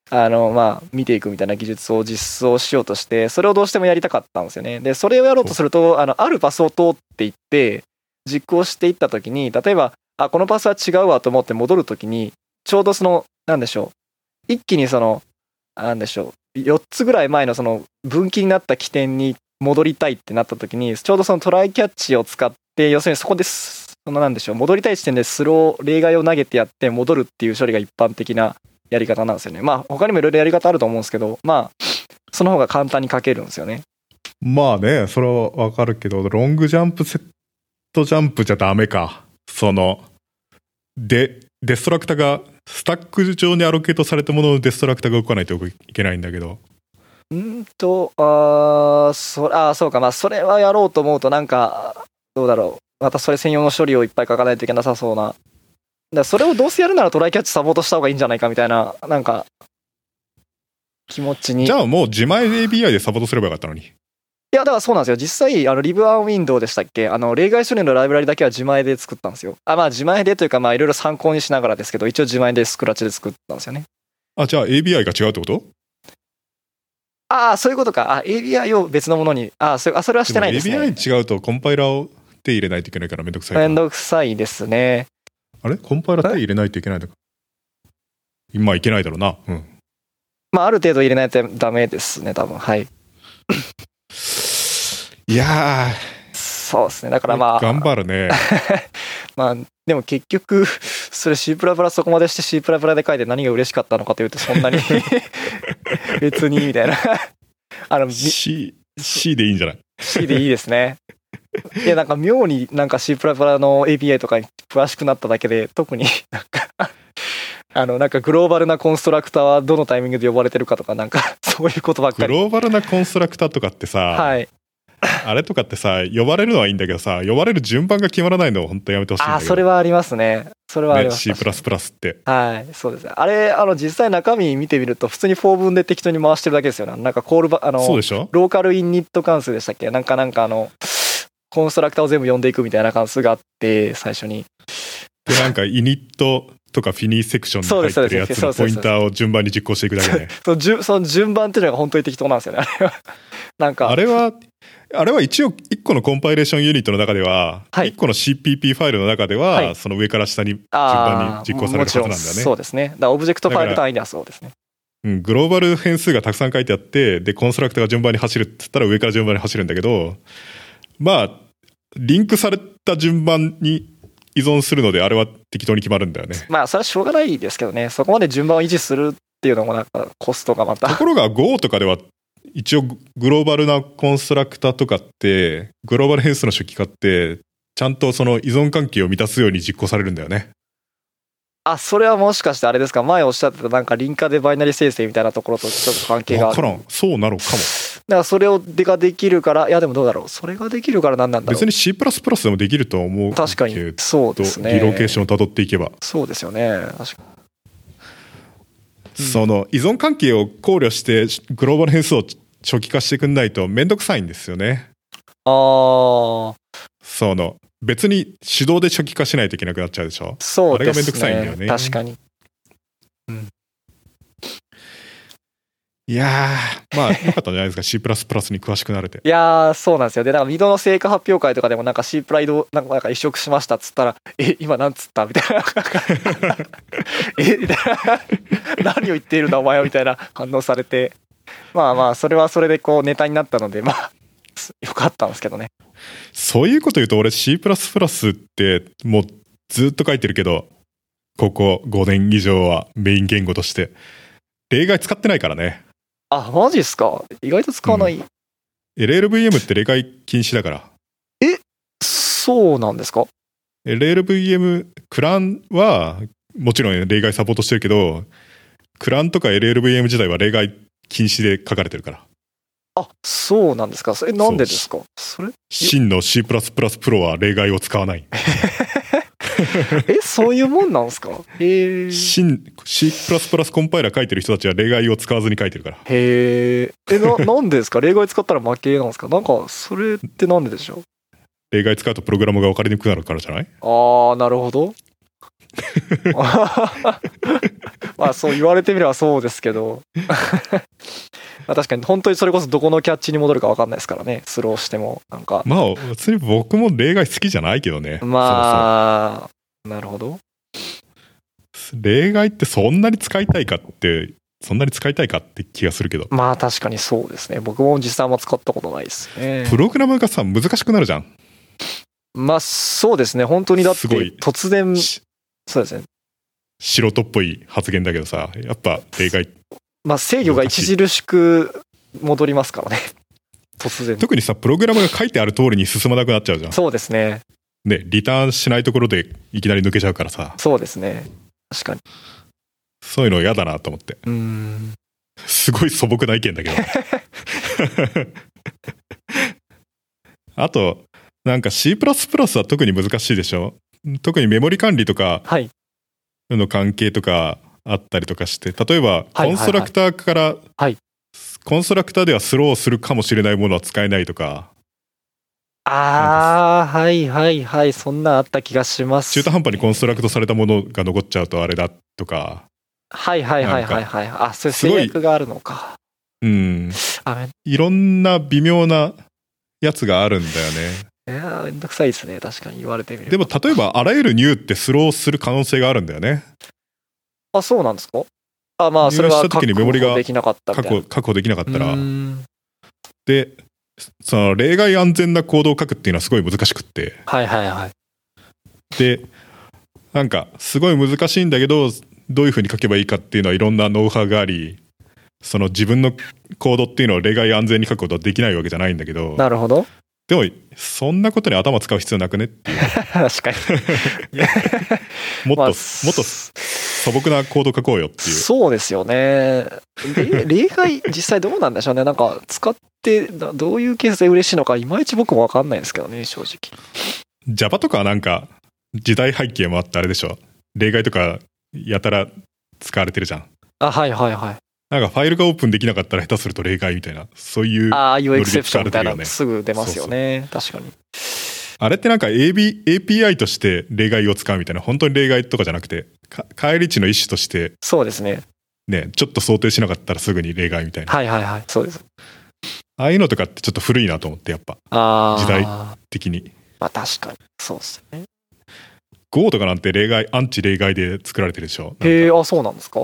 Speaker 2: あの、まあ、見ていくみたいな技術を実装しようとして、それをどうしてもやりたかったんですよね。で、それをやろうとすると、あの、あるパスを通っていって、実行していったときに、例えば、あ、このパスは違うわと思って戻るときに、ちょうどその、なんでしょう。一気にその、なんでしょう。4つぐらい前のその分岐になった起点に戻りたいってなったときに、ちょうどそのトライキャッチを使って、要するにそこです、そのなんでしょう。戻りたい時点でスロー、例外を投げてやって戻るっていう処理が一般的なやり方なんですよね。まあ、他にもいろいろやり方あると思うんですけど、まあ、その方が簡単に書けるんですよね。
Speaker 1: まあね、それはわかるけど、ロングジャンプ、セットジャンプじゃダメか。その、で、デストラクタが、スタック上にアロケートされたもののデストラクタが動かないといけないんだけど。
Speaker 2: うーんと、あーそあー、そうか、まあ、それはやろうと思うと、なんか、どうだろう。またそれ専用の処理をいっぱい書かないといけなさそうな。だからそれをどうせやるならトライキャッチサポートした方がいいんじゃないかみたいな、なんか、気持ちに。い
Speaker 1: じ
Speaker 2: や、
Speaker 1: ゃあもう自前で ABI でサポートすればよかったのに。
Speaker 2: だからそうなんですよ。実際、あの、リブアンウィンドウでしたっけあの、例外処理のライブラリだけは自前で作ったんですよ。あ、まあ、自前でというか、まあ、いろいろ参考にしながらですけど、一応自前でスクラッチで作ったんですよね。
Speaker 1: あ、じゃあ ABI が違うってこと
Speaker 2: ああ、そういうことか。あ、ABI を別のものに。あーそれあ、それはしてないですね。
Speaker 1: でも ABI 違うとコンパイラーを手入れないといけないからめんどくさいか
Speaker 2: め
Speaker 1: ら
Speaker 2: んどくさいですね。
Speaker 1: あれコンパイラー手入れないといけないのか。今いけないだろうな。うん。
Speaker 2: まあ、ある程度入れないとダメですね、多分。はい。
Speaker 1: いや
Speaker 2: そうですね。だから
Speaker 1: ー、
Speaker 2: まあ、
Speaker 1: 頑張るね。
Speaker 2: まあ、でも結局、 [laughs] それ C プラプラそこまでして C プラプラで書いて何が嬉しかったのかというと、そんなに、 [laughs] 別に、みたいな。 [laughs] あ [laughs] の、み
Speaker 1: C、C でいいんじゃない
Speaker 2: C でいいですね。いや、なんか妙になんか C プラプラの API とかに詳しくなっただけで、特になんか、あの、なんかグローバルなコンストラクターはどのタイミングで呼ばれてるかとか、なんか、そういうことばっか
Speaker 1: グ
Speaker 2: り。
Speaker 1: ローバルなコンストラクターとかってさ、
Speaker 2: はい。
Speaker 1: あれとかってさ、呼ばれるのはいいんだけどさ、呼ばれる順番が決まらないのを本当やめてほしいんだけ
Speaker 2: ああ、
Speaker 1: ど。
Speaker 2: それはありますね。それはあり
Speaker 1: ね、
Speaker 2: ます。
Speaker 1: C++ って。
Speaker 2: はい、そうですね。あれ、あの、実際中身見てみると、普通に4分で適当に回してるだけですよね。なんかコールバ、あ
Speaker 1: そう
Speaker 2: の
Speaker 1: で、しょ
Speaker 2: ローカルインニット関数でしたっけなんかなんかあの、コンストラクターを全部呼んでいくみたいな関数があって、最初に。
Speaker 1: で、なんか、イニットとかフィニーセクションに入ってるやつ
Speaker 2: そ
Speaker 1: の
Speaker 2: うですそう
Speaker 1: ポ
Speaker 2: で
Speaker 1: イ
Speaker 2: す
Speaker 1: ンターを順番に実行していくだけね。
Speaker 2: [laughs] その順その順番っていうのが本当に適当なんですよね、 [laughs] あれは。なんか、
Speaker 1: あれは、あれは一応、一個のコンパイレーションユニットの中では、
Speaker 2: はい
Speaker 1: 一個の CPP ファイルの中では、
Speaker 2: はい
Speaker 1: その上から下に、
Speaker 2: あー
Speaker 1: 順番に実行されるはずなんだよね
Speaker 2: もちろそうですね。だからオブジェクトファイル単位ではそうですね。
Speaker 1: うん、グローバル変数がたくさん書いてあって、で、コンストラクターが順番に走るって言ったら上から順番に走るんだけど、まあ、リンクされた順番に依存するので、あれは適当に決まるんだよね。
Speaker 2: まあ、それはしょうがないですけどね。そこまで順番を維持するっていうのもなんか、コストがま
Speaker 1: と [laughs]
Speaker 2: た。
Speaker 1: ころが Go とかでは一応グローバルなコンストラクターとかってグローバル変数の初期化ってちゃんとその依存関係を満たすように実行されるんだよね。
Speaker 2: あ、それはもしかしてあれですか前おっしゃってたなんかリンカでバイナリ生成みたいなところとちょっと関係があ
Speaker 1: わ
Speaker 2: る
Speaker 1: からん。そうなのかも。
Speaker 2: だからそれをでができるからいやでもどうだろうそれができるから何なんだろう
Speaker 1: 別に C++ でもできるとは思う
Speaker 2: 確か
Speaker 1: け
Speaker 2: にそう
Speaker 1: ど、
Speaker 2: ですね
Speaker 1: リロケーションを辿っていけば。
Speaker 2: そうですよね確かにうん
Speaker 1: その依存関係を考慮してグローバル変数を初期化してくんないとめんどくさいんですよね。
Speaker 2: あー
Speaker 1: その別に手動で初期化しないといけなくなっちゃうでしょ。
Speaker 2: そうですね
Speaker 1: あれがめんどくさいんだよね
Speaker 2: 確かに
Speaker 1: いやー、まあよかったんじゃないですか C++ に詳しくなれて。
Speaker 2: いやーそうなんですよでなんかミドの成果発表会とかでもなんか C プライドなんかなんか移植しましたっつったらえ今なんつったみたいななん [laughs] かえみたいな何を言っているんだお前はみたいな反応されてまあまあそれはそれでこうネタになったのでまあよかったんですけどね
Speaker 1: そういうこと言うと俺 C++ ってもうずっと書いてるけど、ここ5年以上はメイン言語として。例外使ってないからね。
Speaker 2: あマジっすか意外と使わない、
Speaker 1: LLVM って例外禁止だから。
Speaker 2: そうなんですか
Speaker 1: LLVM クランはもちろん例外サポートしてるけど、クランとか LLVM 時代は例外禁止で書かれてるから。
Speaker 2: あ、そうなんですか。それなんでですかそれ
Speaker 1: 真の C++ プロは例外を使わない。
Speaker 2: え、そういうもんなんですか [laughs] へえ。
Speaker 1: 真 C++ コンパイラー書いてる人たちは例外を使わずに書いてるから。
Speaker 2: へえ。え、な、なんでですか例外使ったら負けなんですかなんか、それってなんででしょ
Speaker 1: 例外使うとプログラムが分かりにくくなるからじゃないう
Speaker 2: あー、なるほど。 [laughs] まあ、そう言われてみればそうですけど。 [laughs] まあ確かに、本当にそれこそどこのキャッチに戻るか分かんないですからね。スローしても。なんか。
Speaker 1: まあ、別に僕も例外好きじゃないけどね。
Speaker 2: まあ、なるほど。
Speaker 1: そもそも例外ってそんなに使いたいかって、そんなに使いたいかって気がするけど。
Speaker 2: まあ確かにそうですね。僕も実際あんま使ったことないですね。
Speaker 1: プログラムがさ、難しくなるじゃん。
Speaker 2: まあそうですね。本当にだって
Speaker 1: すごい
Speaker 2: 突然、
Speaker 1: し
Speaker 2: そうですね。
Speaker 1: 素人っぽい発言だけどさ、やっぱ例外。
Speaker 2: まあ制御が著しく戻りますから
Speaker 1: [laughs]
Speaker 2: ね。突然。
Speaker 1: 特にさ、プログラムが書いてある通りに進まなくなっちゃうじゃん。
Speaker 2: そうですね。
Speaker 1: ね、リターンしないところでいきなり抜けちゃうからさ、
Speaker 2: そうですね。確かに。
Speaker 1: そういうの嫌だなと思って。
Speaker 2: うーん。
Speaker 1: すごい素朴な意見だけど。 [laughs] あと、なんか C++ は特に難しいでしょ特にメモリ管理とか
Speaker 2: はい。
Speaker 1: の関係とかあったりとかして、例えば
Speaker 2: はい
Speaker 1: コンストラクターから
Speaker 2: はい、
Speaker 1: コンストラクターではスローするかもしれないものは使えないとか、
Speaker 2: あー、はいはいはい。そんなんあった気がします。
Speaker 1: 中途半端にコンストラクトされたものが残っちゃうとあれだとか、
Speaker 2: はいはいはいはいはい。あ、そういう
Speaker 1: す
Speaker 2: 制
Speaker 1: ご
Speaker 2: 約があるのか。
Speaker 1: うん、
Speaker 2: あ、めん
Speaker 1: いろんな微妙なやつがあるんだよね。
Speaker 2: いやーめんどくさいですね。確かに言われてみれば。
Speaker 1: でも例えばあらゆるニューってスローする可能性があるんだよね。
Speaker 2: あ、そうなんですかあ、まあ、それ
Speaker 1: 入
Speaker 2: は
Speaker 1: 力した時にメモリが
Speaker 2: 確保できなかったみ
Speaker 1: 確
Speaker 2: たいな。
Speaker 1: 保確保できなかったら
Speaker 2: うー。ん
Speaker 1: で、その例外安全な行動を書くっていうのはすごい難しくって。
Speaker 2: はいはいはい。
Speaker 1: で、なんかすごい難しいんだけど、どういうふうに書けばいいかっていうのはいろんなノウハウがあり、その自分の行動っていうのを例外安全に書くことはできないわけじゃないんだけど、
Speaker 2: なるほど。
Speaker 1: でもそんなことに頭使う必要なくねっていう、
Speaker 2: 確かに。
Speaker 1: もっと、
Speaker 2: ま
Speaker 1: もっ
Speaker 2: あ
Speaker 1: と素朴な行動書こうよっていう。
Speaker 2: そうですよね。で例 [laughs] 外、実際どうなんでしょうね。なんか、使って、などういうケースで嬉しいのか、いまいち僕もわかんないですけどね、正直。
Speaker 1: Java とかはなんか時代背景もあってあれでしょ例外とかやたら使われてるじゃん
Speaker 2: あ、はいはいはい。
Speaker 1: なんかファイルがオープンできなかったら下手すると例外みたいなそういうあ
Speaker 2: ああいうエクセプションみたい
Speaker 1: ノリ
Speaker 2: な、
Speaker 1: で
Speaker 2: すぐ出ますよね。確かに。
Speaker 1: れってなんか、AB、API として例外を使うみたいな本当に例外とかじゃなくてか返り値の一種として
Speaker 2: そうですね。
Speaker 1: ねちょっと想定しなかったらすぐに例外みたいな
Speaker 2: はいはいはい。そうです。
Speaker 1: ああいうのとかってちょっと古いなと思ってやっぱ
Speaker 2: ああ。
Speaker 1: 時代
Speaker 2: ま
Speaker 1: 的に
Speaker 2: あ確かに。そうですね。
Speaker 1: Go とかなんて例外アンチ例外で作られてるでしょ
Speaker 2: へえ、あ、そうなんですか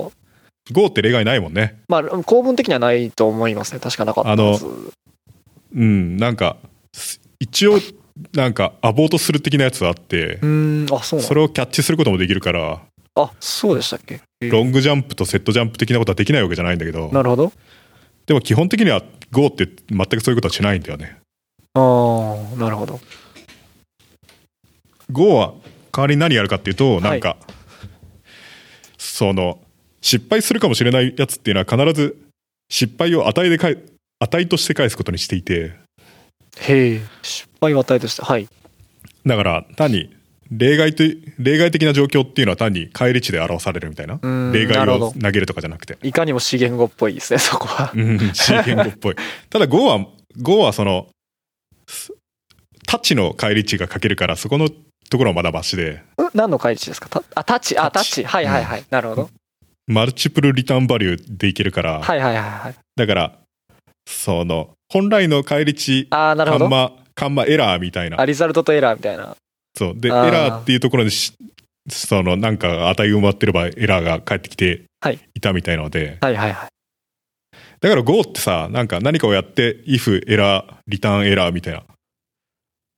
Speaker 1: Go って例外ないもんね
Speaker 2: まあ、公文的にはないと思いますね。確かなかったです。
Speaker 1: うんなんかす一応なんかアボートする的なやつはあって
Speaker 2: うーん、あ、そうなん
Speaker 1: それをキャッチすることもできるから、
Speaker 2: あ、そうでしたっけえー
Speaker 1: ロングジャンプとセットジャンプ的なことはできないわけじゃないんだけど、
Speaker 2: なるほど。
Speaker 1: でも基本的には Go って全くそういうことはしないんだよね。
Speaker 2: ああ、なるほど。
Speaker 1: Go は代わりに何やるかっていうと、なんか、その、失敗するかもしれないやつっていうのは必ず失敗を値でかえ、値として返すことにしていて、
Speaker 2: へえ。失敗を与えとして、はい。
Speaker 1: だから単に例外とい、例外的な状況っていうのは単に返り値で表されるみたいな。
Speaker 2: うーん
Speaker 1: 例
Speaker 2: な
Speaker 1: 外
Speaker 2: るほ
Speaker 1: を
Speaker 2: ど
Speaker 1: 投げるとかじゃなくて。
Speaker 2: いかにも資源語っぽいですね、 [laughs] そこは。
Speaker 1: うん、C 言語っ
Speaker 2: [laughs]
Speaker 1: ぽい。ただ Go は、Go はその、すタッチの返り値が書けるから、そこのところはまだマシで、
Speaker 2: ん [laughs] 何の返り値ですかたあ、タッチ、あ、タ
Speaker 1: タ
Speaker 2: ッ
Speaker 1: ッチ
Speaker 2: チ。はいはいはい。なるほど。
Speaker 1: マルチプルリターンバリューでいけるから、
Speaker 2: はいはいはいはい。
Speaker 1: だから、その、本来の返り値、
Speaker 2: ああ、なる
Speaker 1: カ
Speaker 2: ほ
Speaker 1: ン
Speaker 2: ど。
Speaker 1: マ、カンマエラーみたいな
Speaker 2: あ、。リザルトとエラーみたいな。
Speaker 1: そう。で、エ
Speaker 2: あー
Speaker 1: ラーっていうところにし、その、なんか値が埋まってればエラーが返ってきて
Speaker 2: はい
Speaker 1: いたみたいなので、
Speaker 2: はいはいはい。
Speaker 1: だから Go ってさ、なんか何かをやって、if エラー、リターンエラーみたいな、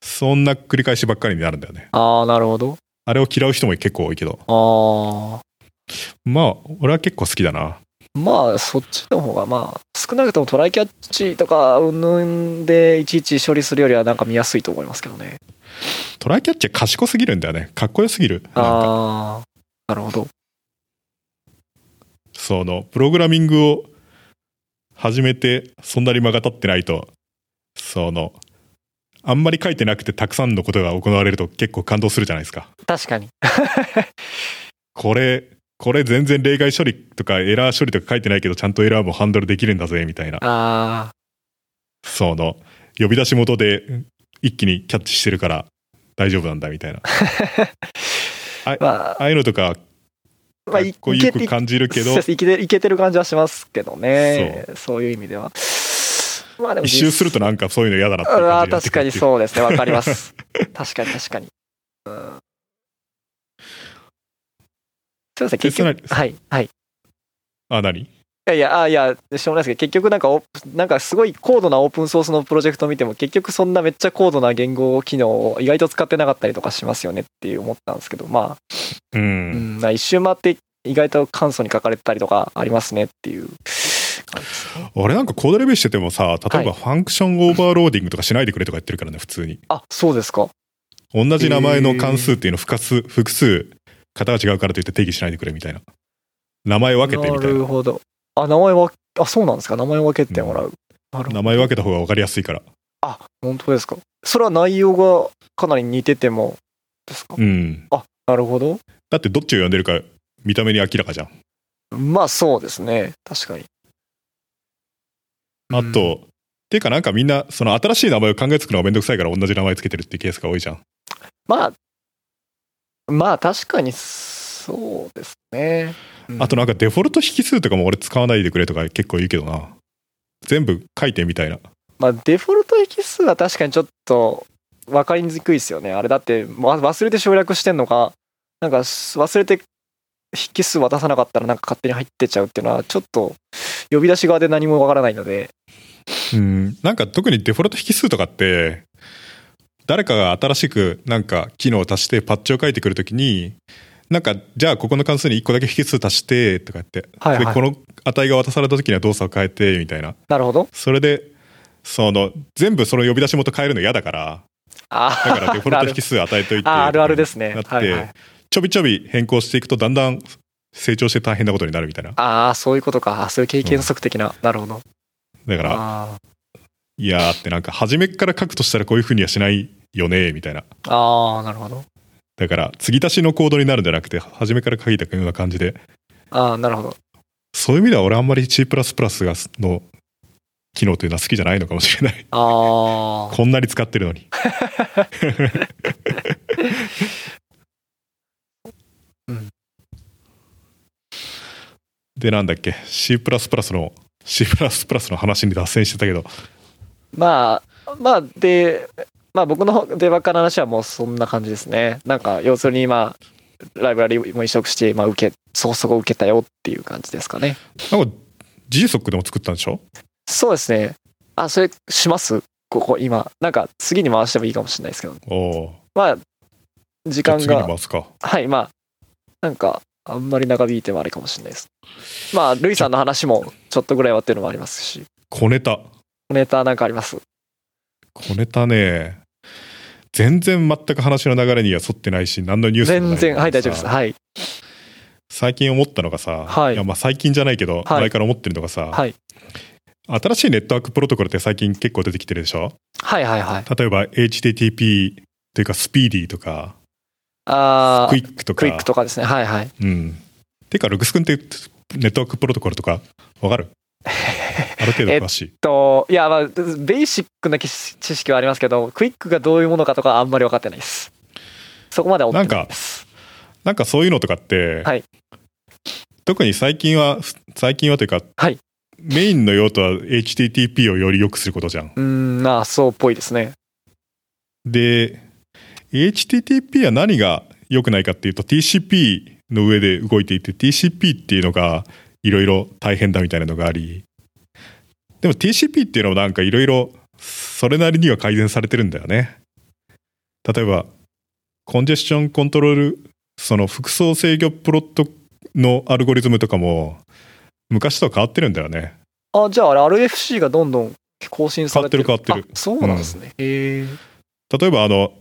Speaker 1: そんな繰り返しばっかりになるんだよね。
Speaker 2: ああ、なるほど。
Speaker 1: あれを嫌う人も結構多いけど。
Speaker 2: ああ。
Speaker 1: まあ、俺は結構好きだな。
Speaker 2: まあ、そっちの方が、まあ、少なくともトライキャッチとか、うんぬんで、いちいち処理するよりは、なんか見やすいと思いますけどね。
Speaker 1: トライキャッチは賢すぎるんだよね。かっこよすぎる。なんか
Speaker 2: ああ。なるほど。
Speaker 1: そのプログラミングを始めてそんなに間が立ってないとそのあんまり書いてなくてたくさんのことが行われると結構感動するじゃないですか。
Speaker 2: 確かに。
Speaker 1: これこれ全然例外処理とかエラー処理とか書いてないけどちゃんとエラーもハンドルできるんだぜみたいな
Speaker 2: ああ、
Speaker 1: その呼び出し元で一気にキャッチしてるから大丈夫なんだみたいな
Speaker 2: まあ、
Speaker 1: ああいうのとか
Speaker 2: まあ、
Speaker 1: かっ
Speaker 2: い
Speaker 1: こ
Speaker 2: け
Speaker 1: よ
Speaker 2: て
Speaker 1: く感じるけど
Speaker 2: そう [laughs] ですいけていけてる感じはしますけどね。そういう意味では。まあでも
Speaker 1: 一周するとなんかそういうの嫌だなっていう
Speaker 2: うわ
Speaker 1: 感じ
Speaker 2: ー
Speaker 1: になって
Speaker 2: 確
Speaker 1: く
Speaker 2: か
Speaker 1: る
Speaker 2: に
Speaker 1: っていう
Speaker 2: そうですね。わか
Speaker 1: [laughs]
Speaker 2: ります。確かに確かに。うん。そうですね。結
Speaker 1: で
Speaker 2: 局、
Speaker 1: その
Speaker 2: はい。はい。い
Speaker 1: あ何
Speaker 2: やいや、あーいや、しょうがないですけど、結局なんかオープン、なんかすごい高度なオープンソースのプロジェクト見ても、結局そんなめっちゃ高度な言語機能を意外と使ってなかったりとかしますよねっていう思ったんですけど、まあ、
Speaker 1: うん、
Speaker 2: うん、まあ一周回って意外と簡素に書かれてたりとかありますねっていう感じですね。
Speaker 1: 俺なんかコードレビューしててもさ例え
Speaker 2: は
Speaker 1: ばファンクションオーバーローディングとかしないでくれとか言ってるからね普通に
Speaker 2: あそうですか。
Speaker 1: 同じ名前の関数っていうの複数複数型が違うからといって定義しないでくれみたいな名前分けてみたい
Speaker 2: なる
Speaker 1: な
Speaker 2: ほど。あ名前はあそうなんですか名前を分けてもらう。なるほど
Speaker 1: 名前分けた方が分かりやすいから
Speaker 2: あ本当ですか。それは内容がかなり似ててもですか、
Speaker 1: うん
Speaker 2: なるほど。
Speaker 1: だってどっちを読んでるか見た目に明らかじゃん
Speaker 2: まあそうですね確かに。
Speaker 1: あと、っていうかなんかみんなその新しい名前を考えつくのがめんどくさいから同じ名前つけてるっていうケースが多いじゃん
Speaker 2: まあまあ確かにそうですね。うん
Speaker 1: あとなんかデフォルト引数とかも俺使わないでくれとか結構言うけどな全部書いてみたいな
Speaker 2: まあ、デフォルト引数は確かにちょっと分かりにくいですよね。あれだってわ忘れて省略してんのか、なんかす忘れて引数渡さなかったらなんか勝手に入ってっちゃうっていうのは、ちょっと呼び出し側で何も分からないので、
Speaker 1: うんなんか特にデフォルト引数とかって誰かが新しくなんか機能を足してパッチを書いてくるときになんかじゃあここの関数に1個だけ引数足してとかやって、
Speaker 2: はいはい
Speaker 1: でこの値が渡された時には動作を変えてみたいな
Speaker 2: なるほど。
Speaker 1: それでその全部その呼び出し元変えるの嫌だから
Speaker 2: あ
Speaker 1: [laughs] だからデフォルト引
Speaker 2: 数
Speaker 1: 数与えといて
Speaker 2: [laughs] あるあるですね
Speaker 1: なっ。て、
Speaker 2: はいはい、
Speaker 1: ちょびちょび変更していくとだんだん成長して大変なことになるみたいな
Speaker 2: ああ、そういうことか。あそういう経験則的な。なるほど。
Speaker 1: だから
Speaker 2: あ
Speaker 1: いやーってなんか初めっから書くとしたらこういうふうにはしないよねみたいな
Speaker 2: ーあー、なるほど。
Speaker 1: だから継ぎ足しのコードになるんじゃなくて初めから書いたような感じで
Speaker 2: ああ、なるほど。
Speaker 1: そういう意味では俺あんまり C++ がの機能というのは好きじゃないのかもしれない
Speaker 2: ああ。
Speaker 1: こんなに使ってるのに
Speaker 2: うん
Speaker 1: でなんだっけ C++ の C++ の話に脱線してたけど
Speaker 2: まあ、まあ、で、まあ僕のデバッカーの話はもうそんな感じですね。なんか、要するにまあ、ライブラリも移植して、まあ受け、そこそこ受けたよっていう感じですかね。
Speaker 1: なんか GSOC でも作ったんでしょ
Speaker 2: そうですね。あ、それしますここ今。なんか次に回してもいいかもしれないですけど。
Speaker 1: おお
Speaker 2: まあ、
Speaker 1: じ
Speaker 2: 時
Speaker 1: ゃあ
Speaker 2: 間
Speaker 1: 次に
Speaker 2: が、
Speaker 1: 回すか
Speaker 2: はい、まあ、なんか、あんまり長引いてもあれかもしれないです。まあ、ルイさんの話もちょっとぐらいはっていうのもありますし、
Speaker 1: 小ネタ
Speaker 2: ネタなんかあります。
Speaker 1: 小ネタね全然全く話の流れには沿ってないし何のニュースでもな
Speaker 2: 全
Speaker 1: い
Speaker 2: 然、はい、大丈夫です。はい。
Speaker 1: 最近思ったのがさ、
Speaker 2: はい
Speaker 1: やまあ最近じゃないけど、
Speaker 2: はい
Speaker 1: 前から思ってるのがさ、
Speaker 2: はい
Speaker 1: 新しいネットワークプロトコルって最近結構出てきてるでしょ
Speaker 2: はいはいはい。
Speaker 1: 例えば HTTP というかスピーディーとか
Speaker 2: あ
Speaker 1: クイ
Speaker 2: ー、
Speaker 1: ックとか
Speaker 2: クイックとかですね。はいはい。
Speaker 1: うんてかルクス君ってネットワークプロトコルとかわ
Speaker 2: [laughs]
Speaker 1: かるある程度詳しい
Speaker 2: えっと、いや、まあ、ベーシックな知識はありますけど、クイックがどういうものかとかはあんまり分かってないです。そこまでは追ってないです。
Speaker 1: なんかそういうのとかって、
Speaker 2: はい
Speaker 1: 特に最近は最近はというか、
Speaker 2: はい
Speaker 1: メインの用途は HTTP をより良くすることじゃん
Speaker 2: うーん、まあ、そうっぽいですね。
Speaker 1: で HTTP は何が良くないかっていうと TCP の上で動いていて TCP っていうのがいろいろ大変だみたいなのがありでも TCP っていうのもなんかいろいろそれなりには改善されてるんだよね例えばコンジェスションコントロールその複層制御プロットのアルゴリズムとかも昔とは変わってるんだよね
Speaker 2: あ、じゃあ、あれ RFC がどんどん更新されてる。
Speaker 1: 変わってる変わってる
Speaker 2: あそうなんですね。へえ。
Speaker 1: 例えばあの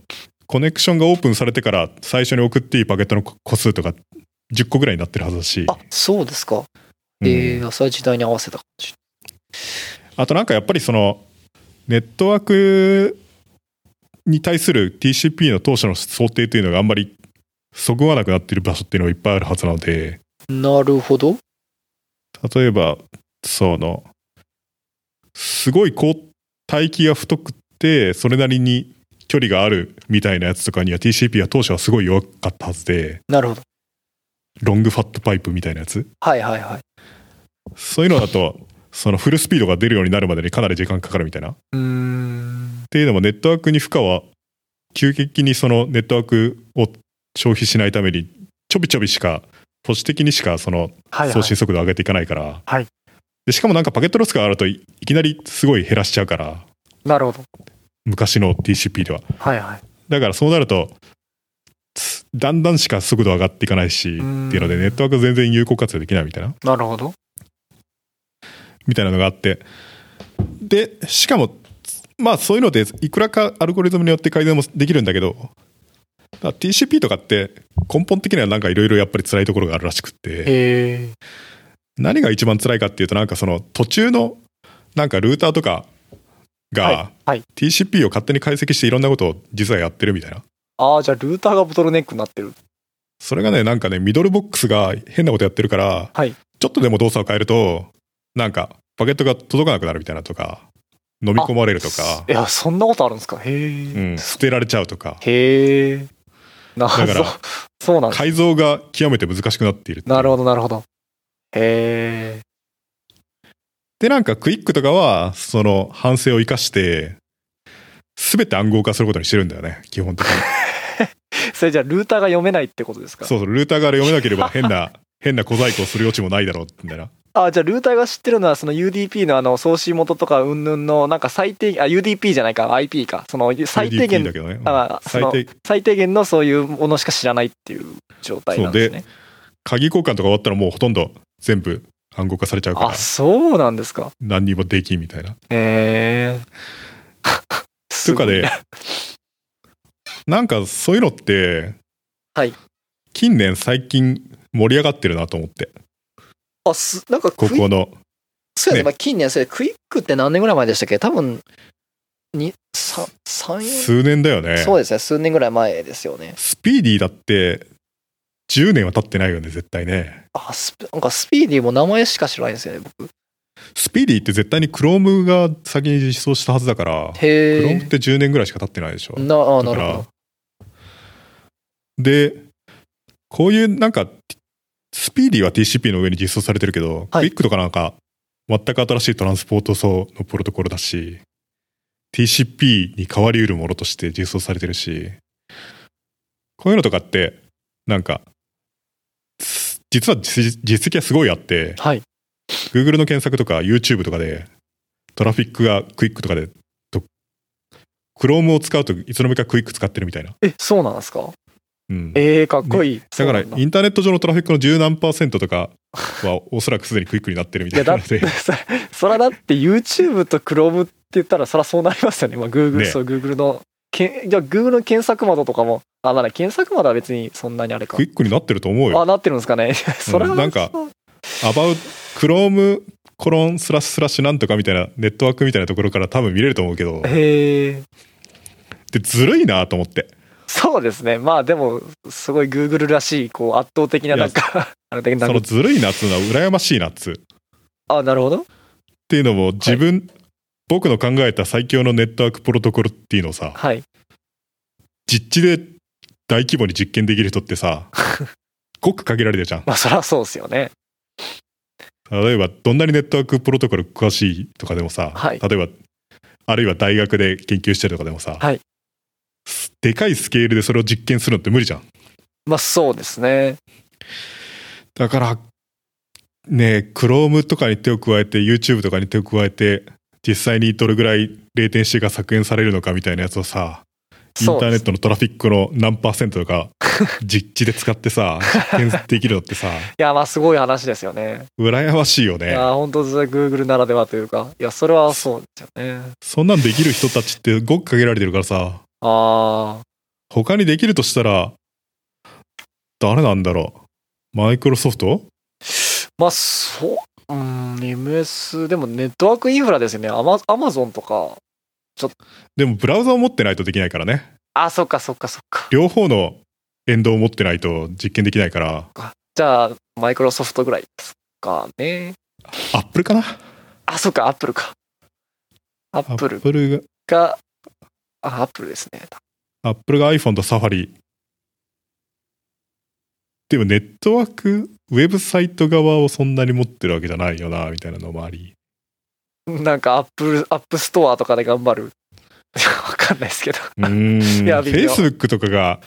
Speaker 1: コネクションがオープンされてから最初に送っていいパケットの個数とか10個ぐらいになってるはずだし
Speaker 2: あ、そうですか。
Speaker 1: うん
Speaker 2: ええそれは時代に合わせた感じ。
Speaker 1: あとなんかやっぱりそのネットワークに対する TCP の当初の想定というのがあんまりそぐわなくなっている場所っていうのがいっぱいあるはずなので
Speaker 2: なるほど。
Speaker 1: 例えばそのすごいこう帯域が太くてそれなりに距離があるみたいなやつとかには TCP は当初はすごい弱かったはずで
Speaker 2: なるほど。
Speaker 1: ロングファットパイプみたいなやつ
Speaker 2: はいはいはい。
Speaker 1: そういうのだとそのフルスピードが出るようになるまでにかなり時間かかるみたいな
Speaker 2: うーん。
Speaker 1: っていうのもネットワークに負荷は急激にそのネットワークを消費しないためにちょびちょびしか保守的にしかその
Speaker 2: はいはい。
Speaker 1: 送信速度を上げていかないから、
Speaker 2: はい
Speaker 1: でしかもなんかパケットロスがあるといいきなりすごい減らしちゃうから
Speaker 2: なるほど。
Speaker 1: 昔の TCP では
Speaker 2: はいはい。
Speaker 1: だからそうなるとつだんだんしか速度上がっていかないしって
Speaker 2: うん
Speaker 1: いうのでネットワーク全然有効活用できないみたいな
Speaker 2: なるほど。
Speaker 1: みたいなのがあってでしかもまあそういうのでいくらかアルゴリズムによって改善もできるんだけどだから TCP とかって根本的にはなんかいろいろやっぱり辛いところがあるらしくって
Speaker 2: ええ
Speaker 1: 何が一番辛いかっていうとなんかその途中のなんかルーターとかが
Speaker 2: はい
Speaker 1: TCP を勝手に解析していろんなことを実はやってるみたいな
Speaker 2: ああ、じゃあルーターがボトルネックになってる。
Speaker 1: それがねなんかねミドルボックスが変なことやってるから、
Speaker 2: はい
Speaker 1: ちょっとでも動作を変えるとなんかパケットが届かなくなるみたいなとか飲み込まれるとか
Speaker 2: いや、そんなことあるんですか。
Speaker 1: う
Speaker 2: へえ。
Speaker 1: ん、捨てられちゃうとか
Speaker 2: へえ。な
Speaker 1: だから
Speaker 2: そうそうなんです。
Speaker 1: 改造が極めて難しくなっている
Speaker 2: なるほ
Speaker 1: ど
Speaker 2: ど、なるほど。へえ。
Speaker 1: でなんかクイックとかはその反省を生かして全て暗号化することにしてるんだよね基本的
Speaker 2: [laughs]
Speaker 1: に
Speaker 2: それじゃあルーターが読めないってことですか
Speaker 1: そうそうルーター側で読めなければ変な変な小細工をする余地もないだろうみたいな
Speaker 2: あじゃあルーターが知ってるのはその UDP のあの送信元とか云々のなんか最低あ UDP じゃないか IP かその最
Speaker 1: LDP
Speaker 2: 低
Speaker 1: だ
Speaker 2: 限
Speaker 1: けどね、うん
Speaker 2: あそ
Speaker 1: 最
Speaker 2: の
Speaker 1: 低
Speaker 2: 最低限のそういうものしか知らないっていう状態なんですね
Speaker 1: 鍵交換とか終わったらもうほとんど全部暗号化されちゃうか
Speaker 2: あ
Speaker 1: ら
Speaker 2: そうなんですか
Speaker 1: 何にもできんみたいな
Speaker 2: へえ
Speaker 1: とか
Speaker 2: [laughs]
Speaker 1: でなんかそういうのって、
Speaker 2: はい
Speaker 1: 近年最近盛り上がってるなと思って
Speaker 2: あすなんかク
Speaker 1: こ
Speaker 2: イック
Speaker 1: この
Speaker 2: そうですね
Speaker 1: ね
Speaker 2: まあ近年それクイックって何年ぐらい前でしたっけ多分にさ三四
Speaker 1: 数年だよね
Speaker 2: そうですね数年ぐらい前ですよね
Speaker 1: スピーディーだって10年は経ってないよね絶対ね
Speaker 2: あスピなんかスピーディーも名前しか知らないんですよね僕
Speaker 1: スピーディーって絶対に Chrome が先に実装したはずだから Chrome
Speaker 2: へ
Speaker 1: っ
Speaker 2: え
Speaker 1: て10年ぐらいしか経ってないでしょ
Speaker 2: なあな
Speaker 1: だ
Speaker 2: る
Speaker 1: か
Speaker 2: ほど
Speaker 1: らでこういうなんかスピーディーは TCP の上に実装されてるけど、
Speaker 2: はい
Speaker 1: Quick とかなんか全く新しいトランスポート層のプロトコルだし TCP に変わりうるものとして実装されてるしこういうのとかってなんかつ実は実実績はすごいあって
Speaker 2: はい。
Speaker 1: Google の検索とか YouTube とかでトラフィックが Quick とかでと Chrome を使うといつの間にか Quick 使ってるみたいな。
Speaker 2: え、そうなんですか
Speaker 1: うん
Speaker 2: えー、かっこいい。
Speaker 1: だから
Speaker 2: そうなん
Speaker 1: インターネット上のトラフィックの十何パーセントとかはおそらくすでにクイックになってるみたい [laughs] なので
Speaker 2: いや、そ [laughs] そらだって YouTube と Chrome って言ったらそらそうなりますよね。まあ Google、
Speaker 1: ね
Speaker 2: そう、Google の、けんじゃあ Google の検索窓とかも、あ、まだ検索窓は別にそんなにあれか
Speaker 1: クイ。ックになってると思うよ。
Speaker 2: あ、なってるんですかね。 [laughs] それは、
Speaker 1: なんかアバウクロームコロンスラッシュスラッシュなんとかみたいなネットワークみたいなところから多分見れると思うけど
Speaker 2: へえ。
Speaker 1: でずるいなと思って
Speaker 2: そうですね。まあでも、すごい Google らしい、こう、圧倒的な、なんか、 [laughs] あの、な
Speaker 1: そ
Speaker 2: ん
Speaker 1: の
Speaker 2: か
Speaker 1: ずるいなっつうのは羨ましいなっつうっ
Speaker 2: あ、なるほど。
Speaker 1: ていうのも自分、僕の考えた最強のネットワークプロトコルっていうのをさ
Speaker 2: はい。
Speaker 1: 実地で大規模に実験できる人って
Speaker 2: [laughs]
Speaker 1: さごく限られてるじゃん
Speaker 2: まあそらそうですよね。
Speaker 1: 例えばどんなにネットワークプロトコル詳しいとかでもさ、
Speaker 2: はい
Speaker 1: 例えばあるいは大学で研究してるとかでもさ、
Speaker 2: はい
Speaker 1: すでかいスケールでそれを実験するのって無理じゃん
Speaker 2: まあそうですね。
Speaker 1: だからねえ Chrome とかに手を加えて YouTube とかに手を加えて実際にどれぐらいレイテンシーが削減されるのかみたいなやつをさインタ
Speaker 2: そう
Speaker 1: ー
Speaker 2: で
Speaker 1: ネ
Speaker 2: す
Speaker 1: ットのトラフィックの何パーセントと
Speaker 2: [laughs]
Speaker 1: か実地で使ってさ実験できるのってさ
Speaker 2: いや、まあすごい話ですよね。
Speaker 1: 羨ましいよ
Speaker 2: い
Speaker 1: ね
Speaker 2: やー本当ですね Google ならではというかいやそれはそうですよね
Speaker 1: そんなんできる人たちってごく限られてるからさ
Speaker 2: あ
Speaker 1: 他にできるとしたら誰なんだろうマイクロソフト
Speaker 2: あまあそううーん、MS、でもネットワークインフラですよね。アマアマゾンとか。
Speaker 1: でもブラウザを持ってないとできないからね
Speaker 2: あ、そっかそっかそっか。
Speaker 1: 両方のエンドを持ってないと実験できないから
Speaker 2: じゃあ、マイクロソフトぐらいですかね。
Speaker 1: アップルかな
Speaker 2: あ、そっか、アップルか。アップル
Speaker 1: が
Speaker 2: が、あ、アップルですね。
Speaker 1: アップルが iPhone とサファリでもネットワークウェブサイト側をそんなに持ってるわけじゃないよなみたいなの
Speaker 2: [laughs]
Speaker 1: もあり
Speaker 2: なんかアップル、アップストアとかで頑張る。 [laughs] わかんないですけど。
Speaker 1: うーん
Speaker 2: いや
Speaker 1: フ
Speaker 2: 微
Speaker 1: ェイ
Speaker 2: 妙
Speaker 1: スブックとかが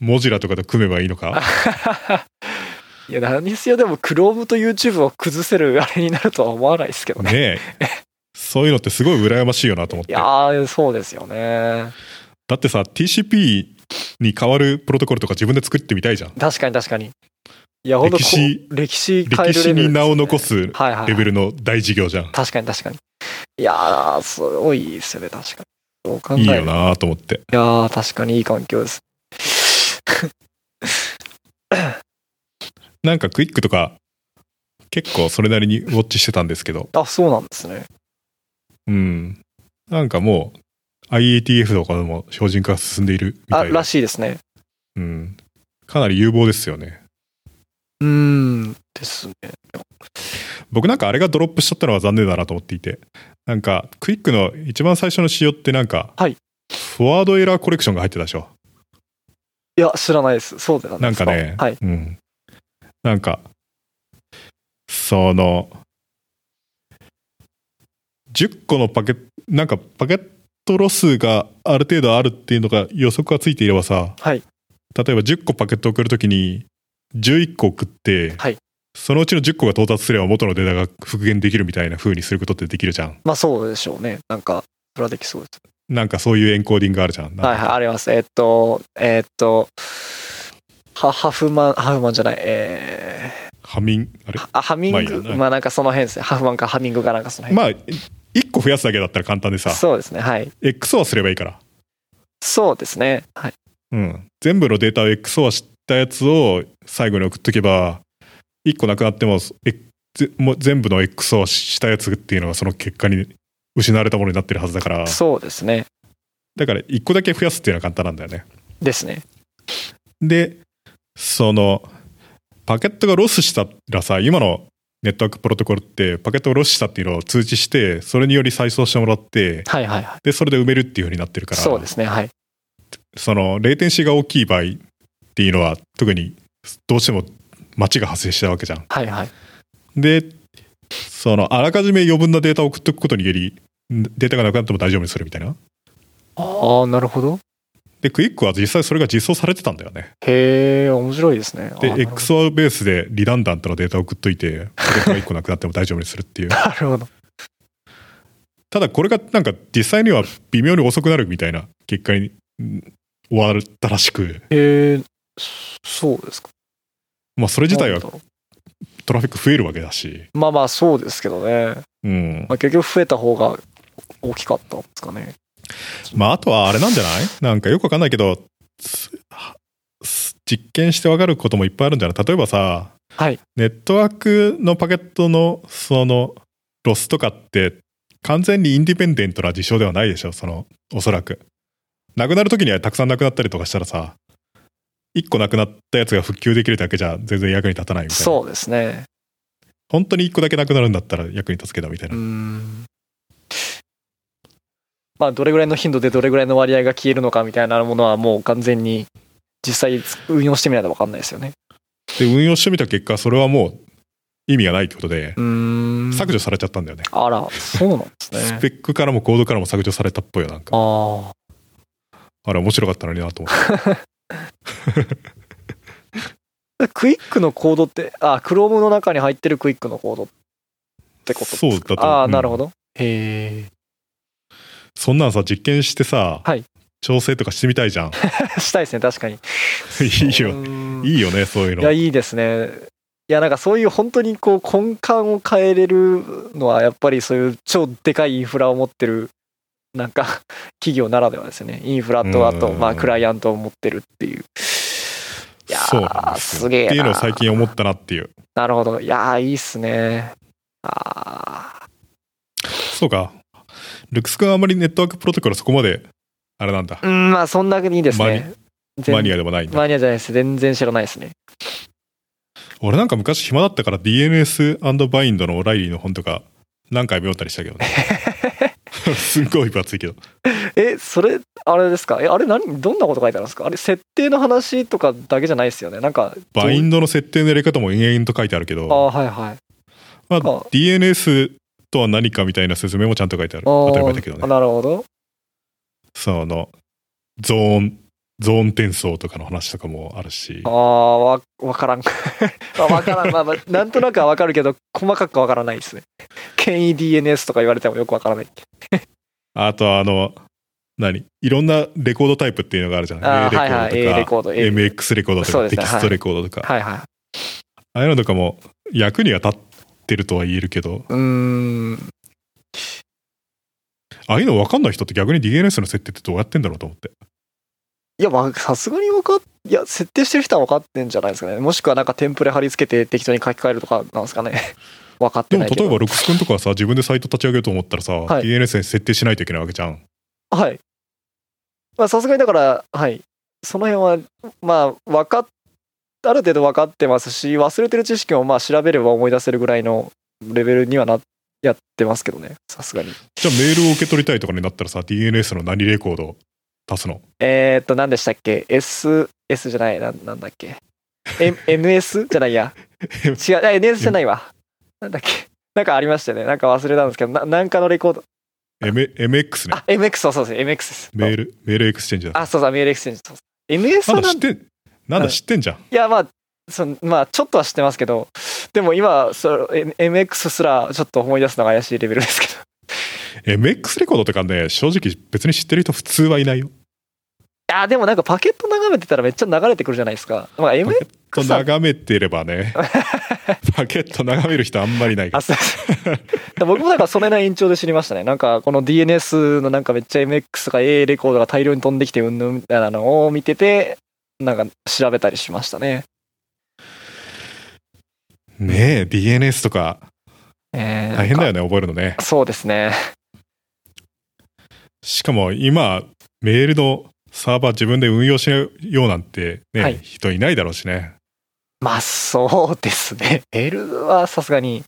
Speaker 1: モジュラとかと組めばいいのか
Speaker 2: いや、何せよでも、Chrome と YouTube を崩せるあれになるとは思わないですけどね。
Speaker 1: ねえそういうのってすごい羨ましいよなと思っ
Speaker 2: い
Speaker 1: て
Speaker 2: やー、そうですよね。
Speaker 1: だってさ TCP に変わるプロトコルとか自分で作ってみたいじゃん
Speaker 2: 確かに確かに。いや、ほんとこ
Speaker 1: 歴史
Speaker 2: う、歴史変
Speaker 1: 歴
Speaker 2: えるレ
Speaker 1: 史
Speaker 2: ベルですね
Speaker 1: に名を残す
Speaker 2: はいはい
Speaker 1: レベルの大事業じゃん、
Speaker 2: 確かに確かに。いやー、すごいですよね、確かに。そう考え
Speaker 1: い、い
Speaker 2: ると
Speaker 1: よなと思って
Speaker 2: いやー、確かにいい環境です。 [laughs]
Speaker 1: なんかクイックとか結構それなりにウォッチしてたんですけど
Speaker 2: あ、そうなんですね。
Speaker 1: うんなんかもう IETF とかでも標準化が進んでいるみ
Speaker 2: あ、
Speaker 1: たいで
Speaker 2: ら、しいですね。
Speaker 1: うん、かなり有望ですよね
Speaker 2: うーん、ですね。
Speaker 1: 僕なんかあれがドロップしちゃったのは残念だなと思っていてなんかクイックの一番最初の仕様ってなんか、
Speaker 2: はい
Speaker 1: フォワードエラーコレクションが入ってたでしょ
Speaker 2: いや、知らないです。そうでなん
Speaker 1: な
Speaker 2: で
Speaker 1: ん
Speaker 2: す
Speaker 1: かね、
Speaker 2: はい。
Speaker 1: うん、なんかその10個のパケなんかパケットロスがある程度あるっていうのが予測がついていればさ、
Speaker 2: はい
Speaker 1: 例えば10個パケット送るときに11個送って、
Speaker 2: はい
Speaker 1: そのうちの10個が到達すれば元のデータが復元できるみたいな風にすることってできるじゃん
Speaker 2: まあ、そうでしょうね。なんか、それはできそうです。
Speaker 1: なんかそういうエンコーディングがあるじゃんなんか
Speaker 2: はいはい、あります。えっと、えっと、はハフマン、ハフマンじゃない、え
Speaker 1: ハミンあれ
Speaker 2: ー、あハミング、
Speaker 1: まあいいや
Speaker 2: まあなんかその辺ですね。ハフマンかハミングかなんかその辺。
Speaker 1: まあ1個増やすだけだったら簡単でさ
Speaker 2: そうですね、はい。
Speaker 1: XOR すればいいから
Speaker 2: そうですね、はい。
Speaker 1: うん、全部のデータを XOR したやつを最後に送っとけば1個なくなってもえぜもう全部の XOR したやつっていうのがその結果に失われたものになってるはずだから
Speaker 2: そうですね。
Speaker 1: だから1個だけ増やすっていうのは簡単なんだよね
Speaker 2: ですね。
Speaker 1: でそのパケットがロスしたらさ今のネットワークプロトコルってパケットをロスしたっていうのを通知してそれにより再送してもらって
Speaker 2: はいはいはい。
Speaker 1: でそれで埋めるっていう風になってるから
Speaker 2: そうですね、はい。
Speaker 1: そのレイテンシーが大きい場合っていうのは特にどうしても待ちが発生したわけじゃん。
Speaker 2: はいはい。
Speaker 1: でそのあらかじめ余分なデータを送っておくことによりんデータがなくなっても大丈夫にするみたいな。
Speaker 2: ああ、なるほど。
Speaker 1: でクイックは実際それが実装されてたんだよね。
Speaker 2: へえ、面白いですね。
Speaker 1: で
Speaker 2: あーなるほど
Speaker 1: XOR ベースでリダンダントのデータを送っといてパケットが1個なくなっても大丈夫にするっていう
Speaker 2: なるほど。
Speaker 1: ただこれがなんか実際には微妙に遅くなるみたいな結果にん終わったらしく、
Speaker 2: へえ、そうですか。
Speaker 1: まあ、それ自体は
Speaker 2: なんだろ
Speaker 1: トラフィック増えるわけだし、
Speaker 2: うまあまあ、そうですけどね。
Speaker 1: うん
Speaker 2: まあ、結局増えた方が大きかったんですかね。
Speaker 1: まあ、あとはあれなんじゃないなんかよくわかんないけど、つはす実験してわかることもいっぱいあるんじゃない例えばさ、
Speaker 2: はい
Speaker 1: ネットワークのパケットのそのロスとかって完全にインディペンデントな事象ではないでしょその、おそらく。なくなるときにはたくさんなくなったりとかしたらさ、一個なくなったやつが復旧できるだけじゃ全然役に立たないみたいな。
Speaker 2: そうですね。
Speaker 1: 本当に一個だけなくなるんだったら役に立つけどみたいうな。
Speaker 2: ん。まあ、どれぐらいの頻度でどれぐらいの割合が消えるのかみたいなものはもう完全に実際運用してみないと分かんないですよね。
Speaker 1: で、運用してみた結果、それはもう意味がないってことで、
Speaker 2: うん。
Speaker 1: 削除されちゃったんだよね。
Speaker 2: あら、そうなんです
Speaker 1: ス
Speaker 2: ね。
Speaker 1: ペックからもコードからも削除されたっぽいよなんか
Speaker 2: ああ。
Speaker 1: あれ面白かったのになと思って
Speaker 2: クイックのコードって、あ、Chrome の中に入ってるクイックのコードってことですか
Speaker 1: そうだと
Speaker 2: ああ、
Speaker 1: うん
Speaker 2: なるほど。へ
Speaker 1: そんなんさ実験してさ、
Speaker 2: はい
Speaker 1: 調整とかしてみたいじゃ
Speaker 2: [laughs]
Speaker 1: ん
Speaker 2: え。したいですね、確かに。
Speaker 1: いいよ
Speaker 2: うん
Speaker 1: いいよねそういう
Speaker 2: いや、
Speaker 1: の
Speaker 2: いいですね。いや、なんかそういう本当にこう根幹を変えれるのは、やっぱりそういう超でかいインフラを持ってる、なんか [laughs] 企業ならではですね。インフラと、あと、
Speaker 1: うん
Speaker 2: まあ、クライアントを持ってるっていう。いや
Speaker 1: そうなん
Speaker 2: ー、
Speaker 1: ですよ
Speaker 2: すげえ
Speaker 1: っ
Speaker 2: な。
Speaker 1: ていうのを最近思ったなっていう
Speaker 2: なるほど。いやー、いいっすね。ああ、
Speaker 1: そうか。ルクス君はあまりネットワークプロトコルそこまで、あれなんだ。
Speaker 2: うん、まあそんなにですね。全
Speaker 1: マニアでもないんだ。
Speaker 2: マニアじゃないです。全然知らないですね。
Speaker 1: 俺なんか昔暇だったから DNS&Bind のオライリーの本とか何回も読んだりした
Speaker 2: [laughs]
Speaker 1: けどね。 [laughs] すんごい分厚いけど。
Speaker 2: え、それ、あれですかえ、あれ何、どんなこと書いてあるんですかあれ、設定の話とかだけじゃないですよね。なんか、
Speaker 1: バインドの設定のやり方も延々と書いてあるけ
Speaker 2: ああ
Speaker 1: ど、
Speaker 2: ー、はいはい。
Speaker 1: まあ
Speaker 2: か
Speaker 1: DNS とは何かみたいな説明もちゃんと書いてある。
Speaker 2: あー
Speaker 1: 当たり前だけどね。
Speaker 2: なるほど。
Speaker 1: その、ゾーン、ゾーン転送とかの話とかもあるし
Speaker 2: あ、あ、わ、わからん。 [laughs] まあわからん。まあまあ、なんとなくはわかるけど、細かくはわからないですね。権威 DNS とか言われてもよくわからない。
Speaker 1: あとはあの、何いろんなレコードタイプっていうのがあるじゃな
Speaker 2: あ
Speaker 1: い
Speaker 2: あ、はいはい。
Speaker 1: A レコードとか
Speaker 2: A レコード、A。
Speaker 1: MX レコードと
Speaker 2: そ
Speaker 1: か、
Speaker 2: うです
Speaker 1: テ
Speaker 2: ね
Speaker 1: キストレコードとか、
Speaker 2: はいはい。
Speaker 1: ああいうのとかも役には立ってるとは言えるけど、
Speaker 2: うーん。
Speaker 1: ああいうの分かんない人って逆に DNS の設定ってどうやってんだろうと思って。
Speaker 2: いや、まあ、さすがに分かっ、いや、設定してる人は分かってんじゃないですかね。もしくはなんかテンプレ貼り付けて適当に書き換えるとかなんですかね。 [laughs] 分かっ
Speaker 1: で
Speaker 2: て
Speaker 1: も
Speaker 2: ないけど。
Speaker 1: 例えば、ロックス君とかはさ、自分でサイト立ち上げようと思ったらさ、
Speaker 2: はい
Speaker 1: DNS に設定しないといけないわけじゃん。
Speaker 2: はい。まあ、さすがにだから、はい。その辺は、まあ、分かっ、ある程度分かってますし、忘れてる知識も、まあ、調べれば思い出せるぐらいのレベルにはな、やってますけどね。さすがに。
Speaker 1: じゃあメールを受け取りたいとかになったらさ、DNS の何レコードを足すの
Speaker 2: えー、っと、何でしたっけ ?S、S じゃない、なんなんだっけ M ?NS? じゃないや。違う、あ NS じゃないわ。なんだっけなんかありましたよね。なんか忘れたんですけど、ななんかのレコード。
Speaker 1: M- ?MX ね。
Speaker 2: あ、MX、そうそうそう、MX です。
Speaker 1: メール、メールエクスチェンジだ。
Speaker 2: あ、そうそう、メールエクスチェンジ。そうそう MS
Speaker 1: な
Speaker 2: は
Speaker 1: んだ知って
Speaker 2: なん
Speaker 1: ん、なんだ知ってんじゃん。
Speaker 2: いや、まあ、そのまあ、ちょっとは知ってますけど、でも今、それ M- MX すらちょっと思い出すのが怪しいレベルですけど。
Speaker 1: MX レコードとかね、正直別に知ってる人普通はいないよ。
Speaker 2: あ、でもなんかパケット眺めてたらめっちゃ流れてくるじゃないですか。まあ、
Speaker 1: パ
Speaker 2: M、
Speaker 1: ケット眺めてれば
Speaker 2: [laughs]
Speaker 1: ね。パケット眺める人あんまりいないけど
Speaker 2: あ、そうです。 [laughs] 僕もなんかそれな延長で知りましたね。なんかこの DNS のなんかめっちゃ MX とか A レコードが大量に飛んできてうんぬんみたいなのを見てて、なんか調べたりしましたね。
Speaker 1: ねえ、DNS とか
Speaker 2: えー
Speaker 1: 大変だ
Speaker 2: なん
Speaker 1: よね、覚えるのね
Speaker 2: か。そうですね。
Speaker 1: しかも今、メールのサーバー自分で運用しようなんて、ね
Speaker 2: はい
Speaker 1: 人いないだろうしね。
Speaker 2: まあそうですね。メールはさすがに。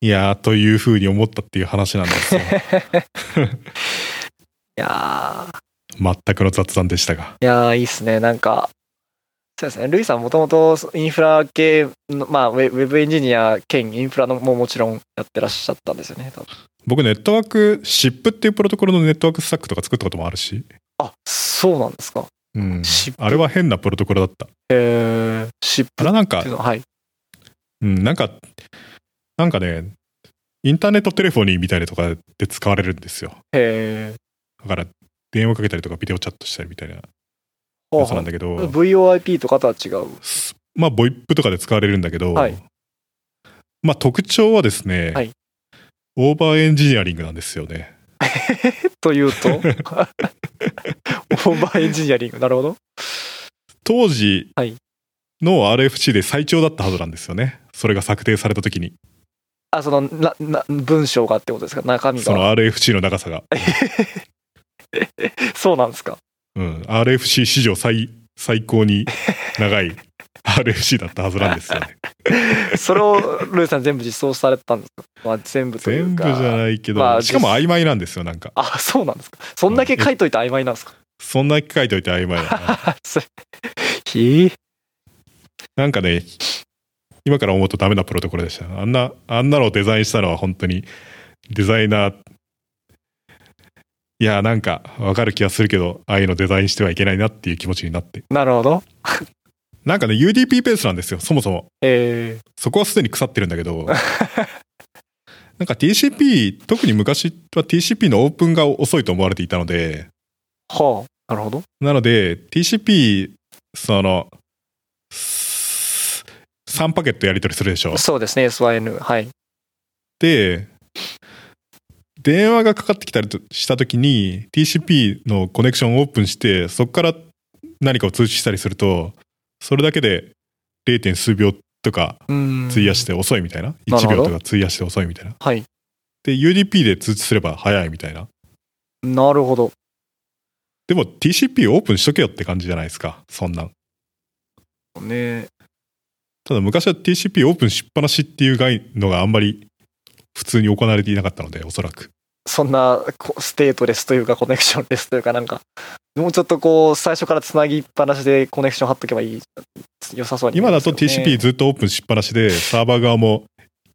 Speaker 1: いやー、というふうに思ったっていう話なん
Speaker 2: [laughs]
Speaker 1: ですよ。
Speaker 2: いやー。
Speaker 1: 全くの雑談でしたが。
Speaker 2: いやー、いいっすね。なんか、そうですね。ルイさんもともとインフラ系の、まあウェ、ウェブエンジニア兼インフラのももちろんやってらっしゃったんですよね。多分
Speaker 1: 僕、ネットワーク、SIP っていうプロトコルのネットワークスタックとか作ったこともあるし。
Speaker 2: あ、そうなんですか。
Speaker 1: うん。
Speaker 2: SIP
Speaker 1: あれは変なプロトコルだった。
Speaker 2: えー、シッ
Speaker 1: あ
Speaker 2: プ
Speaker 1: れは
Speaker 2: っ
Speaker 1: なんか
Speaker 2: ていう、のは、はい。
Speaker 1: うん、なんか、なんかね、インターネットテレフォニーみたいなとかで使われるんですよ。
Speaker 2: えー
Speaker 1: だから、電話かけたりとかビデオチャットしたりみたいな
Speaker 2: ほう
Speaker 1: やつ
Speaker 2: ほ
Speaker 1: な
Speaker 2: うん
Speaker 1: だけど、
Speaker 2: VOIP とかとは違う。
Speaker 1: すまあ、ボイップとかで使われるんだけど、
Speaker 2: はい
Speaker 1: まあ、特徴はですね、
Speaker 2: はい
Speaker 1: オーバーエンジニアリングなんですよね。
Speaker 2: というと、オーバーエンジニアリング。 [laughs] なるほど。
Speaker 1: 当時
Speaker 2: はい
Speaker 1: の RFC で最長だったはずなんですよね。それが策定された時に、
Speaker 2: あ、その、な、な、文章がってことですか中身
Speaker 1: その
Speaker 2: が。
Speaker 1: RFC の長さが。
Speaker 2: そうなんですか。
Speaker 1: うん、RFC 史上最、最高に長
Speaker 2: [laughs]
Speaker 1: い RFC だったはずなんですよね。
Speaker 2: それをルイさん全部実装されたんですか、まあ、全部とい
Speaker 1: 全
Speaker 2: う
Speaker 1: 部
Speaker 2: か。
Speaker 1: じゃないけど、
Speaker 2: まあ
Speaker 1: しかも曖昧なんですよ、なんか。
Speaker 2: あ、そうなんですか。そんだけ書いといて曖昧なんですか。
Speaker 1: そんな書いといて曖昧だ
Speaker 2: [laughs]
Speaker 1: な。
Speaker 2: それひ
Speaker 1: なんかね、今から思うとダメなプロトコルでした。あんな、あんなのをデザインしたのは本当にデザイナー、いや、なんかわかる気がするけど、ああいうのデザインしてはいけないなっていう気持ちになって。
Speaker 2: なるほど。
Speaker 1: なんかね、UDP ベースなんですよ、そもそも。
Speaker 2: え
Speaker 1: そこはすでに腐ってるんだけど。 [laughs] なんか TCP、特に昔は TCP のオープンが遅いと思われていたので、
Speaker 2: ー、はあ、なるほど。
Speaker 1: なので TCP、その、3パケットやり取りするでしょ。
Speaker 2: そうですね、SYN。はい。
Speaker 1: で電話がかかってきたりとした時に TCP のコネクションをオープンしてそこから何かを通知したりするとそれだけで 0. 数秒とか
Speaker 2: うん
Speaker 1: 費やして遅いみたいな、
Speaker 2: なる
Speaker 1: 1
Speaker 2: ほど
Speaker 1: 秒とか費やして遅いみたいな
Speaker 2: はい
Speaker 1: で UDP で通知すれば早いみたいな
Speaker 2: なるほど
Speaker 1: でも TCP オープンしとけよって感じじゃないですかそんなん
Speaker 2: ね
Speaker 1: ただ昔は TCP オープンしっぱなしっていう概のがあんまり普通に行われていなかったのでおそらく
Speaker 2: そんなこステートレスというかコネクションレスというかなんかもうちょっとこう最初からつなぎっぱなしでコネクション貼っとけばいい良さそうに見
Speaker 1: 今
Speaker 2: えま
Speaker 1: だ
Speaker 2: すけ
Speaker 1: と
Speaker 2: どね
Speaker 1: TCP ずっとオープンしっぱなしでサーバー側も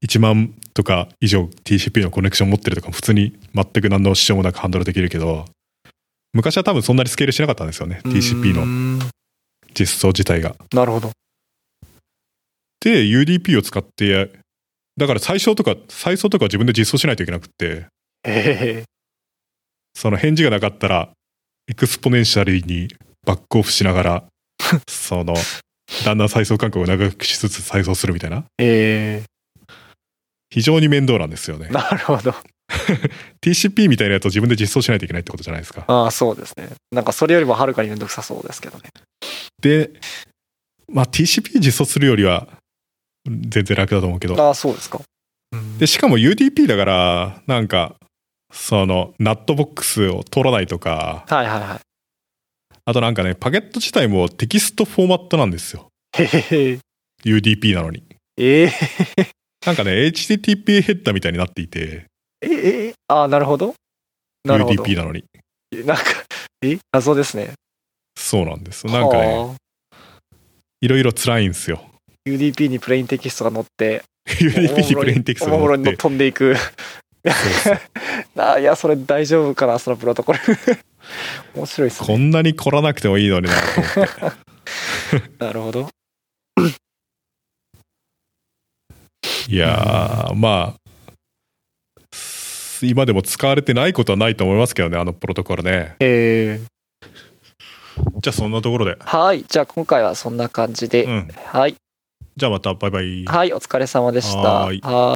Speaker 1: 1万とか以上 TCP のコネクション持ってるとか普通に全く何の支障もなくハンドルできるけど昔は多分そんなにスケールしなかったんですよね TCP の
Speaker 2: うん
Speaker 1: 実装自体が
Speaker 2: なるほど
Speaker 1: で UDP を使ってやだから最初とか最初とかは自分で実装しないといけなくって
Speaker 2: ええ
Speaker 1: その返事がなかったらエクスポネンシャルにバックオフしながらそのだんだん再送間隔を長くしつつ再送するみたいな
Speaker 2: え
Speaker 1: 非常に面倒なんですよね
Speaker 2: えなるほど
Speaker 1: TCP みたいなやつを自分で実装しないといけないってことじゃないですか
Speaker 2: ああそうですねなんかそれよりもはるかにめんどくさそうですけどね
Speaker 1: でまあ TCP 実装するよりは全然楽だと思うけど
Speaker 2: ああそうですか
Speaker 1: でしかも UDP だからなんかそのナットボックスを取らないとか
Speaker 2: はいはいはい
Speaker 1: あとなんかねパケット自体もテキストフォーマットなんですよ
Speaker 2: へへへ
Speaker 1: UDP なのに
Speaker 2: ええ
Speaker 1: なんかね HTTP ヘッダーみたいになっていて
Speaker 2: えええああなるほどなるほど
Speaker 1: UDP なのに
Speaker 2: なんかえ謎ですね
Speaker 1: そうなんですなんかね
Speaker 2: はあ
Speaker 1: いろいろ辛いんですよ [laughs]
Speaker 2: UDP にプレインテキストが載って
Speaker 1: UDP にプレインテキスト
Speaker 2: おもむろ
Speaker 1: が載っ
Speaker 2: におもむろに
Speaker 1: て
Speaker 2: 飛んでいく [laughs]
Speaker 1: そうそう
Speaker 2: あいやそれ大丈夫かなそのプロトコル [laughs] 面白いですね
Speaker 1: こんなに凝らなくてもいいのになと思
Speaker 2: [laughs]
Speaker 1: って
Speaker 2: なるほど
Speaker 1: いやー、まあ、す今でも使われてないことはないと思いますけどね、あのプロトコルね。
Speaker 2: えー、
Speaker 1: じゃあそんなところで。
Speaker 2: はいじゃあ今回はそんな感じで、
Speaker 1: うん。
Speaker 2: はい
Speaker 1: じゃあまた、バイバイ。
Speaker 2: はいお疲れ様でした
Speaker 1: はーい
Speaker 2: はーい